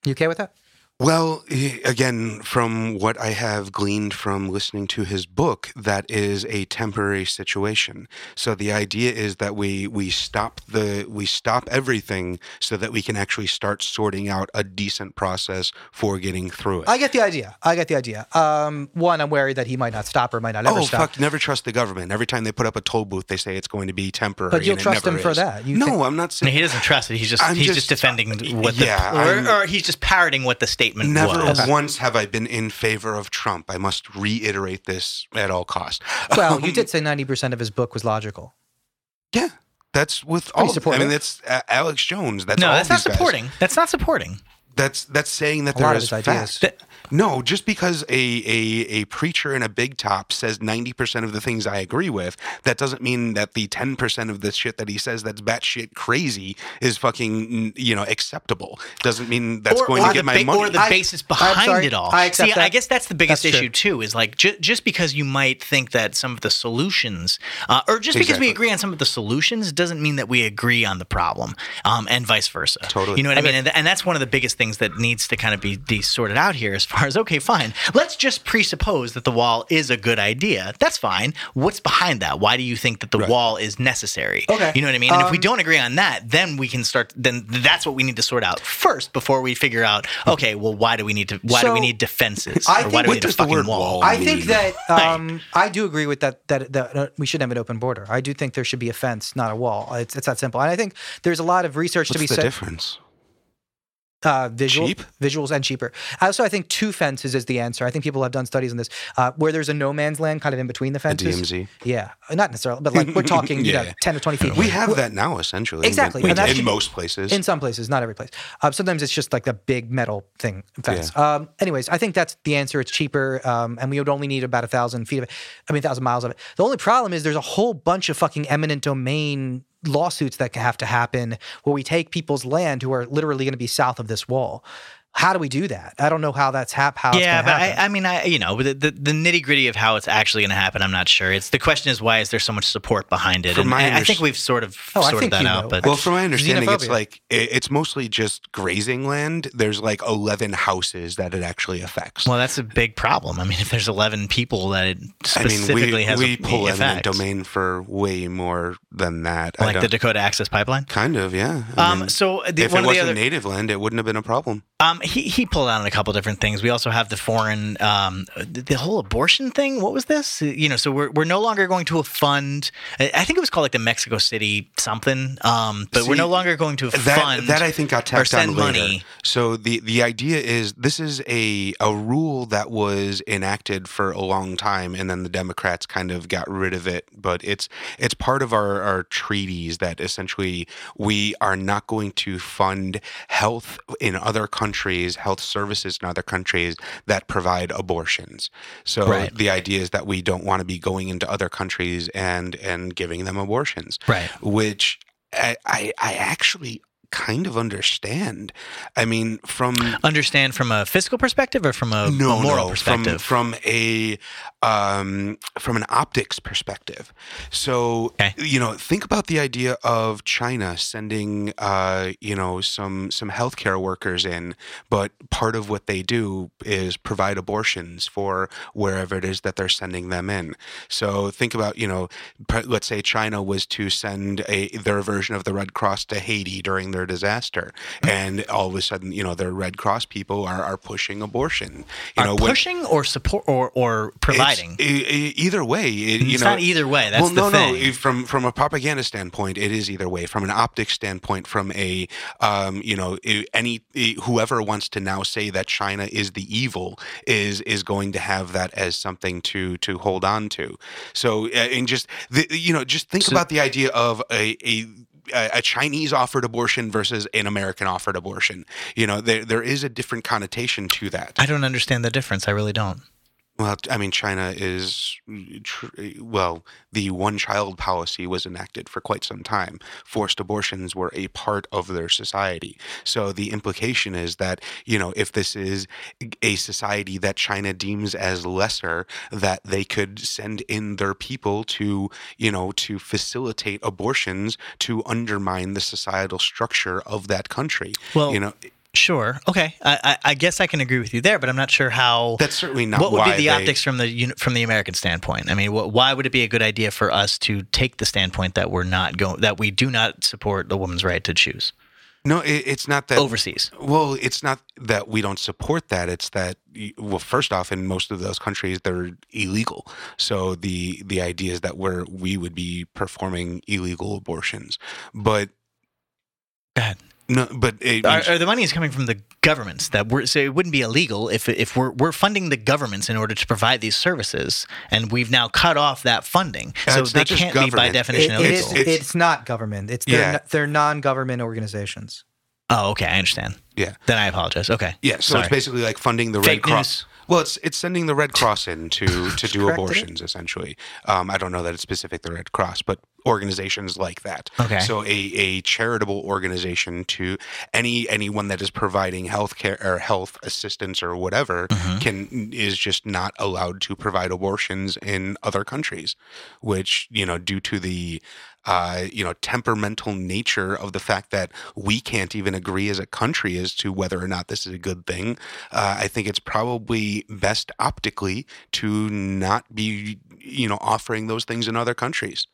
You okay with that? Well, eh, again, from what I have gleaned from listening to his book, that is a temporary situation. So the idea is that we we stop the we stop everything so that we can actually start sorting out a decent process for getting through it. I get the idea. I get the idea. Um, one, I'm wary that he might not stop or might not ever oh stop. fuck! Never trust the government. Every time they put up a toll booth, they say it's going to be temporary. But you'll and it trust never them for is. that. You no, think- I'm not No, saying. he doesn't trust it. He's just I'm he's just, just- defending what yeah, the I'm- or, or he's just parroting what the statement Never was. once have I been in favor of Trump. I must reiterate this at all costs. well, you did say 90% of his book was logical. Yeah, that's with Pretty all. I supportive. mean, that's uh, Alex Jones. That's No, all that's not these guys. supporting. That's not supporting. That's that's saying that A there lot of is his ideas. fact. no, just because a, a a preacher in a big top says ninety percent of the things I agree with, that doesn't mean that the ten percent of the shit that he says that's batshit crazy is fucking you know acceptable. Doesn't mean that's or, going or to the get my ba- money. Or the I- basis I'm behind sorry. it all. I accept See, I that. guess that's the biggest That's true. issue too. Is like ju- just because you might think that some of the solutions, uh, or just because Exactly. we agree on some of the solutions, doesn't mean that we agree on the problem, um, and vice versa. Totally. You know what I mean? And, th- and that's one of the biggest things that needs to kind of be, be sorted out here. As far as okay, fine, let's just presuppose that the wall is a good idea. That's fine. What's behind that? Why do you think that the Right. wall is necessary? Okay. You know what I mean? And if we Um, don't agree on that, then we can start. Then that's what we need to sort out first before we figure out. Okay, well, why do we need to? Why do So, we need defenses? I or think- why do we What need a does the fucking word wall? wall I think mean? that um, I do agree with that that, that uh, we should have an open border. I do think there should be a fence, not a wall. It's, it's that simple. And I think there's a lot of research What's to be the said. difference? uh, visual, Cheap? visuals and cheaper. Also, I think two fences is the answer. I think people have done studies on this, uh, where there's a no man's land kind of in between the A fences. DMZ. Yeah, not necessarily, but like we're talking, you know, Yeah. ten to twenty feet. We have that now, essentially. Exactly, In, and that in should- most places. in some places, not every place. Uh, sometimes it's just like the big metal thing fence. Um, anyways, I think that's the answer. It's cheaper, um, and we would only need about a thousand feet of it. I mean, thousand miles of it. The only problem is there's a whole bunch of fucking eminent domain lawsuits that have to happen where we take people's land who are literally going to be south of this wall. How do we do that? I don't know how that's hap- how. yeah, it's gonna but happen. I, I mean, I you know, the the, the nitty gritty of how it's actually going to happen, I'm not sure. It's the question is why is there so much support behind it? From and my I, I think underst- we've sort of Oh, I sorted think that you out. know. But Well, from my understanding, Xenophobia. it's like i- it's mostly just grazing land. There's like eleven houses that it actually affects. well, that's a big problem. I mean, if there's 11 people that it I mean, specifically we, has we a, pull eminent affects, domain for way more than that. I like the don't, Dakota Access Pipeline. kind of, yeah. I Um, mean, so the, if it one of wasn't the other native land, it wouldn't have been a problem. Um, he he pulled out on a couple different things. We also have the foreign, um, the the whole abortion thing. What was this? You know, so we're we're no longer going to a fund. I I think it was called like the Mexico City something. Um, but we're See, no longer going to a That fund. that I think got or tacked send on later. money. So the the idea is this is a a rule that was enacted for a long time, and then the Democrats kind of got rid of it. But it's it's part of our our treaties that essentially we are not going to fund health in other countries, health services in other countries that provide abortions. So Right. the idea is that we don't want to be going into other countries and and giving them abortions right. which I, I I actually kind of understand. I mean, from Understand from a fiscal perspective or from a, no, a moral no, perspective. from from a um, from an optics perspective. So Okay. you know, think about the idea of China sending uh, you know some some healthcare workers in, but part of what they do is provide abortions for wherever it is that they're sending them in. So think about you know, pr- let's say China was to send a their version of the Red Cross to Haiti during their disaster, Hmm. and all of a sudden you know their Red Cross people are are pushing abortion. You Are know, when- pushing or support or or it's- providing. It's, e- e- either way, it, you know, not either way. That's well, the no, thing. no. if- From from a propaganda standpoint, it is either way. From an optics standpoint, from a um, you know, i- any i- whoever wants to now say that China is the evil is is going to have that as something to to hold on to. So, uh, and just the, you know, just think about the idea of a. a a Chinese offered abortion versus an American offered abortion. You know, there there is a different connotation to that. I don't understand the difference. I really don't. Well, I mean, China is, mm, tr- eh, well, the one child policy was enacted for quite some time. Forced abortions were a part of their society. So the implication is that, you know, if this is a society that China deems as lesser, that they could send in their people to, you know, to facilitate abortions to undermine the societal structure of that country. Well, you know, Sure. Okay. I, I, I guess I can agree with you there, but I'm not sure how. That's certainly not what would be why the they- optics from the uni- from the American standpoint? I mean, wh- why would it be a good idea for us to take the standpoint that we're not going that we do not support the woman's right to choose No, it, it's not that. overseas? Well, it's not that we don't support that. It's that y- well, first off, in most of those countries, they're illegal. So the the idea is that we're we would be performing illegal abortions, but Go ahead. uh, no, but it, Or, or the money is coming from the governments that we're so it wouldn't be illegal if if we're we're funding the governments in order to provide these services, and we've now cut off that funding, And so it's they not just can't be by government. It, definition it illegal. is, It's- it's not government. It's they're, Yeah. no- they're non-government organizations. oh, okay, I understand. Yeah. Then I apologize. Okay. yeah. So Sorry. it's basically like funding the Red Fake Cross. news. Well, it's it's sending the Red Cross in to to do Correct it. abortions essentially. Um, I don't know that it's specific the Red Cross, but organizations like that. Okay. So a, a charitable organization to any anyone that is providing health care or health assistance or whatever Mhm. can is just not allowed to provide abortions in other countries, which you know due to the uh, you know temperamental nature of the fact that we can't even agree as a country as to whether or not this is a good thing. Uh, I think it's probably best optically to not be you know offering those things in other countries.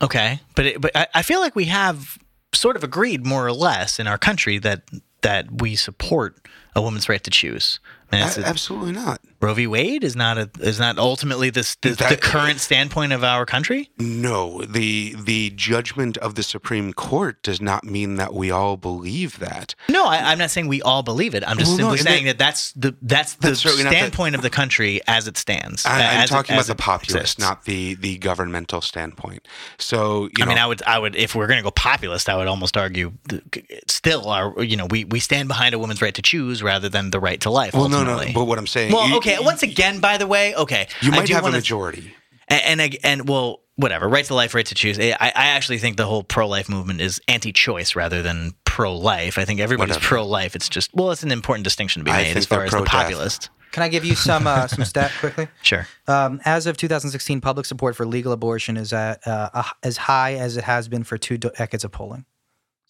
Okay, but it, but I, I feel like we have sort of agreed more or less in our country that that we support a woman's right to choose. I mean, that's A- absolutely not. Roe v. Wade is not a is not ultimately this, this the That- current standpoint of our country. No, the the judgment of the Supreme Court does not mean that we all believe that. No, I, I'm not saying we all believe it. I'm just Well, no, simply and saying that, that's the that's the That's certainly not the- standpoint of the country as it stands. I, I'm as it- talking as about the it populace, exists. not the the governmental standpoint. So you I know, mean, I would, I would, if we're going to go populist, I would almost argue, th- still, our, you know, we, we stand behind a woman's right to choose rather than the right to life. well, no, ultimately. no. But what I'm saying, Well, you- okay. you, Once again, by the way, okay, you I might do have a wanna- majority. and, and and well, whatever. Right to life, right to choose. I, I actually think the whole pro-life movement is anti-choice rather than pro-life. I think everybody's Whatever. pro-life. It's just well, it's an important distinction to be I made think as far they're as the pro-death. populist. Can I give you some uh, some stat quickly? Sure. Um, as of 2016, public support for legal abortion is at uh, a h- as high as it has been for two decades of polling.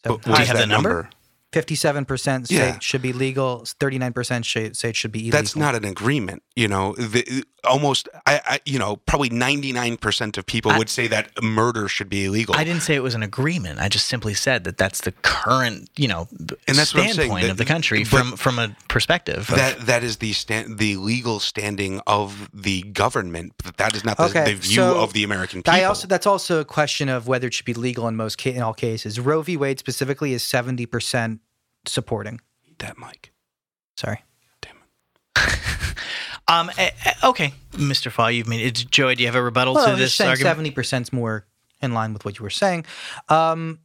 So But what you is have that the number? Fifty-seven percent say Yeah. it should be legal. Thirty-nine percent say it should be illegal. That's not an agreement. You know, the, almost. I, I, you know, probably 99 percent of people I- would say that murder should be illegal. I didn't say it was an agreement. I just simply said that that's the current, you know, And that's what I'm saying, standpoint that- of the country but- from from a perspective. of- that that is the stand, the legal standing of the government, but that is not the, Okay, the view so of the American people. I also that's also a question of whether it should be legal in most ca- in all cases. Roe v. Wade specifically is seventy percent supporting. that Mike. Sorry, um, eh, eh, okay, Mr. Faw, you've made it. Joey, do you have a rebuttal well, to I'm just this saying argument? seventy percent's more in line with what you were saying. Um,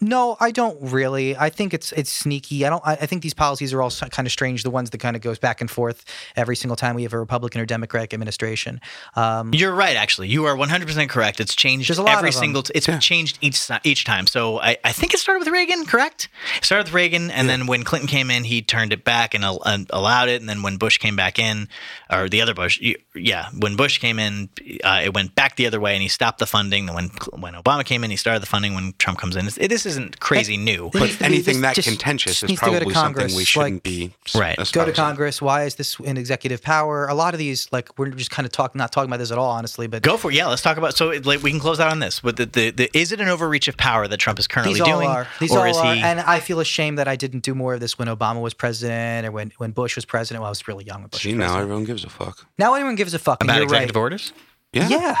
no, I don't really. I think it's it's sneaky. I don't. I, I think these policies are all so, kind of strange. The ones that kind of goes back and forth every single time we have a Republican or Democratic administration. Um, You're right. Actually, you are 100 percent correct. It's changed There's a lot every of 'em. single. T- it's Yeah. changed each si- each time. So I, I think it started with Reagan, correct? It started with Reagan, and then when Clinton came in, he turned it back and, al- and allowed it. And then when Bush came back in, or the other Bush, y- yeah, when Bush came in, uh, it went back the other way, and he stopped the funding. Then when Cl- when Obama came in, he started the funding. When Trump comes in, it's, it, this isn't crazy new. It But needs to be- anything this that just- contentious just is needs to go to probably Congress, something we like- shouldn't be s- Right. Go to go to espousing. Congress. Why is this in executive power? A lot of these, like, we're just kind of talking, not talking about this at all, honestly. But Go for it. Yeah, let's talk about. So it, like, we can close out on this. But the, the, the is it an overreach of power that Trump is currently these all doing, are. These or all is are. he? And I feel ashamed that I didn't do more of this when Obama was president or when, when Bush was president. Well, I was really young when Bush See, was now president. everyone gives a fuck. Now anyone gives a fuck. and about you're executive right. orders? Yeah. Yeah.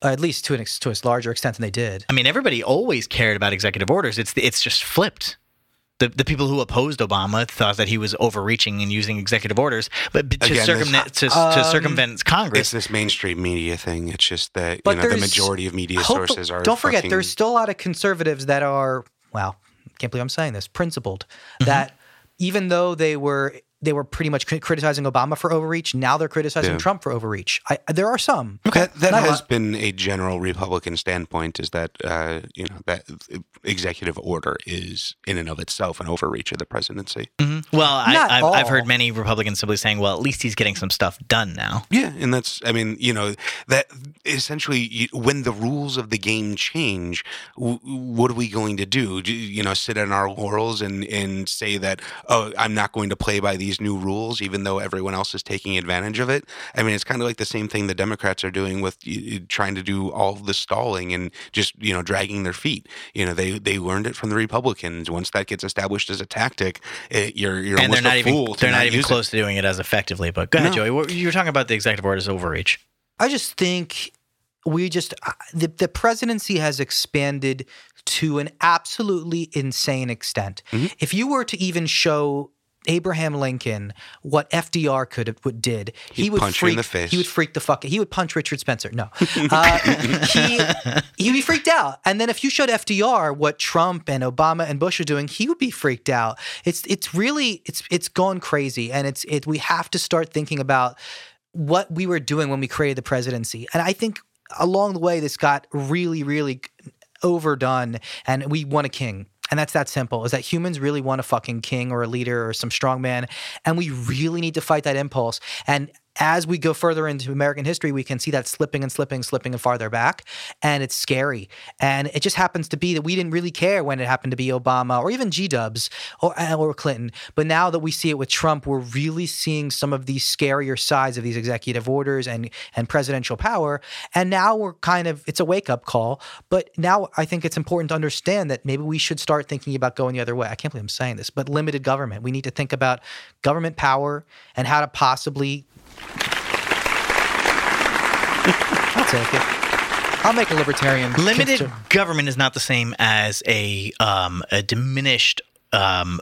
Uh, at least to an ex- to a larger extent than they did. I mean, everybody always cared about executive orders. It's it's just flipped. The, the people who opposed Obama thought that he was overreaching and using executive orders, but b- to, Again, circumvent, to, to um, circumvent It's Congress. this mainstream media thing. It's just that you But know the there's- majority of media Hope- sources are. Don't forget, fucking- there's still a lot of conservatives that Mm-hmm. are wow, can't believe I'm saying this, principled. That even though they were they were pretty much cri- criticizing Obama for overreach. Now they're criticizing Yeah. Trump for overreach. I, there are some. That, that Not a has lot. been a general Republican standpoint is that, uh, you know, that executive order is in and of itself an overreach of the presidency. Well, I, Not I've, I've all. heard many Republican simply saying, well, at least he's getting some stuff done now. Yeah. And that's, I mean, you know, that essentially you- when the rules of the game change, w- what are we going to do? Do- You know, sit on our laurels and, and say that, oh, I'm not going to play by these new rules, even though everyone else is taking advantage of it. I mean, it's kind of like the same thing the Democrats are doing with y- y- trying to do all the stalling and just you know dragging their feet. You know, they they learned it from the Republicans. Once that gets established as a tactic, it, you're you're and they're almost not a even fool. to they're not, even use it. close to doing it as effectively. But go ahead, No. Joey. What, you were talking about the executive order's overreach. I just think we just I- the the presidency has expanded to an absolutely insane extent. Mhm. If you were to even show Abraham Lincoln what FDR could have what did, he He'd would punch you freak, in the face. He would freak the fuck. He would punch Richard Spencer. No, uh, he he'd be freaked out. And then if you showed FDR what Trump and Obama and Bush are doing, he would be freaked out. It's it's really it's it's gone crazy, and it's it we have to start thinking about what we were doing when we created the presidency. And I think along the way, this got really, really overdone, and we want a king. And that's that simple is that humans really want a fucking king or a leader or some strong man. And we really need to fight that impulse. And as we go further into American history, we can see that slipping and slipping, slipping and farther back. And it's scary. And it just happens to be that we didn't really care when it happened to be Obama or even G Dubs or, or Clinton. But now that we see it with Trump, we're really seeing some of these scarier sides of these executive orders and, and presidential power. And now we're kind of, it's a wake up call. But now I think it's important to understand that maybe we should start thinking about going the other way. I can't believe I'm saying this, but limited government. We need to think about government power and how to possibly I'll take it. I'll make a libertarian. Limited conser- government is not the same as a um, a diminished um,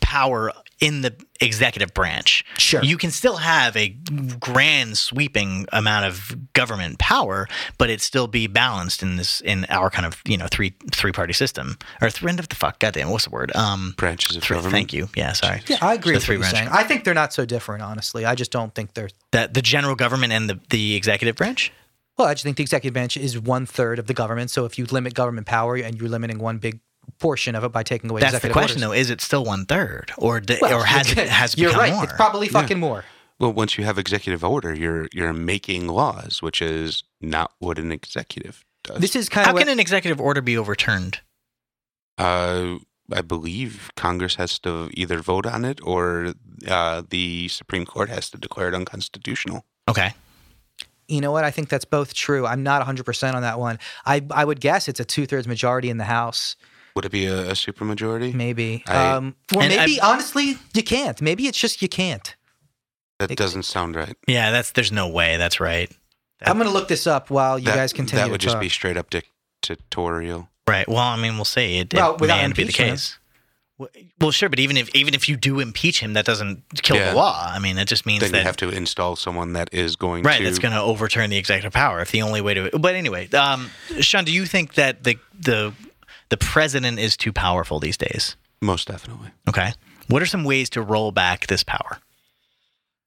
power in the executive branch. Sure. you can still have a grand sweeping amount of government power, but it still be balanced in this in our kind of you know three three party system or three end of the fuck goddamn what's the word um branches of three, government. thank you yeah sorry Yeah, I agree with what The you're three-branch saying. I think they're not so different, honestly. I just don't think they're. that the general government and the the executive branch. Well, I just think the executive branch is one third of the government. So if you limit government power and you're limiting one big portion of it by taking away That's the executive question, orders. though. Is it still one third, or d Well, or has it okay, has it you're become right. more? It's probably fucking more. Well, once you have executive order, you're you're making laws, which is not what an executive does. This is kind How of can an executive order be overturned? uh, I believe Congress has to either vote on it or uh, the Supreme Court has to declare it unconstitutional. Okay, you know what? I think that's both true. I'm not 100 percent on that one. I I would guess it's a two thirds majority in the House, Would it be a, a supermajority? maybe. I- um, or And I- maybe honestly, you can't. Maybe it's just you can't. That doesn't sound right. yeah, that's there's no way. That's right, I'm gonna look this up while you that, guys continue. That would to just talk. be straight up dictatorial. right. Well, I mean, we'll say it, it Well, may without end up be the impeachment. case. Well, Well, sure, but even if even if you do impeach him, that doesn't kill Yeah. the law. I mean, it just means Then that you have to install someone that is going right to. that's going to overturn the executive power if the only way to but anyway um, sean do you think that the the the president is too powerful these days most definitely. okay what are some ways to roll back this power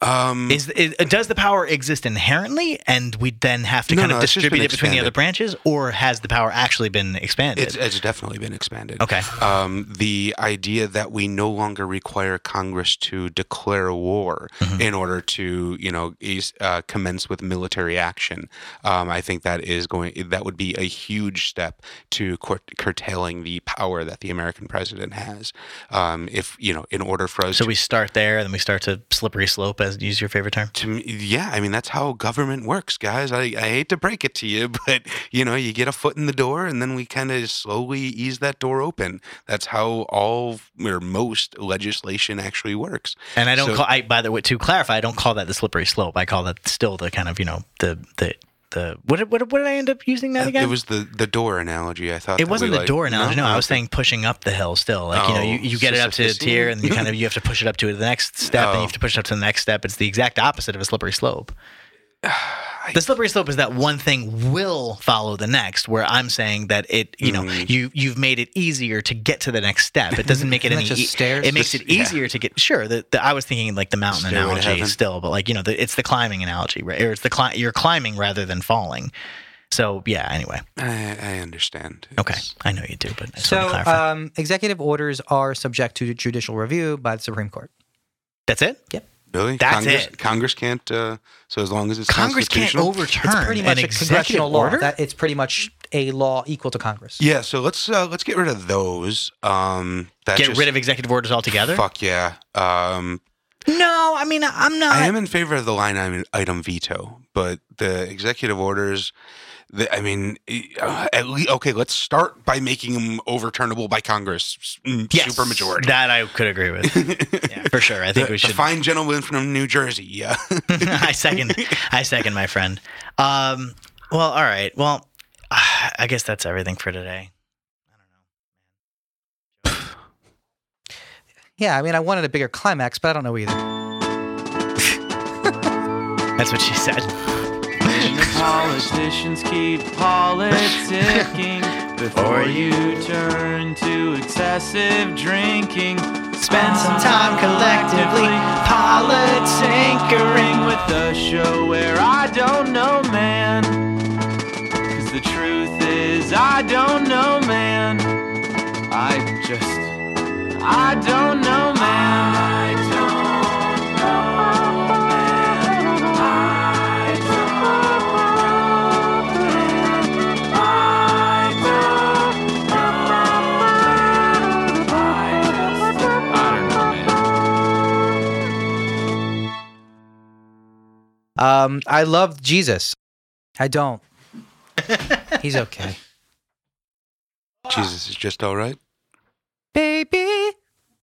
Um, is, is does the power exist inherently and we then have to No, kind no, of it's just distribute been it between the other expanded. branches or has the power actually been expanded it's, it's definitely been expanded. okay um, the idea that we no longer require Congress to declare war in order to, you know, is, uh, commence with military action. Um, I think that is going. That would be a huge step to cur- curtailing the power that the American president has. Um, if you know, in order for us so to we start there and then we start to slippery slope as use your favorite term to me, yeah, I mean that's how government works, guys. I, I hate to break it to you, but you know you get a foot in the door, and then we kind of slowly ease that door open. That's how all or most legislation actually works. And I don't So- call. I by the way, to clarify, I don't call that the slippery slope. I call that still the kind of you know the the the what did- what did- what did I end up using that again? Uh, It was the the door analogy. I thought It that wasn't we, the like- door analogy. No, I was Okay. saying pushing up the hill. Still, like you know, you, Oh, you get it up to a sisyphus-y? tier, and you kind of you have to push it up to the next step, and Oh. you have to push it up to the next step. It's the exact opposite of a slippery slope. the slippery slope is that one thing will follow the next where i'm saying that it you know Mm. you you've made it easier to get to the next step it doesn't make it Isn't any that just e- stairs? it makes Just- it easier to get sure the, the, i was thinking like the mountain Stairway to analogy heaven. still but like you know the, it's the climbing analogy right or it's the cli- you're climbing rather than falling so yeah anyway I, I understand. okay It's- i know you do but I just So, wanted to clarify. um, executive orders are subject to judicial review by the Supreme Court. that's it Really? That's Congress, it. Congress can't. Uh, so as long as it's congress can't constitutional. overturn It's pretty much an a executive congressional order law. That, it's pretty much a law equal to Congress. yeah. So let's uh, let's get rid of those. Um, that get just- rid of executive orders altogether Fuck yeah. Um, no i mean i'm not I am in favor of the line item- item veto, but the executive orders. The, I mean, uh, at least okay. Let's start by making them overturnable by Congress, mm, Yes, super majority. That I could agree with. yeah, for sure. I think we should. fine gentleman from New Jersey. Yeah. I second. I second my friend. Um, well, all right. Well, I guess that's everything for today. Yeah, I mean, I wanted a bigger climax, but I don't know either. That's what she said. Politicians keep politicking before you turn to excessive drinking. Spend some time Ah. collectively politinkering with the show where I don't know, man. Cause the truth is, I don't know, man. I just, I don't know, man. I don't know, man. I don't know, man. I don't know, man. I just, I don't know, man. Um, I love Jesus. I don't. He's okay. Ah. Jesus is just all right. Baby,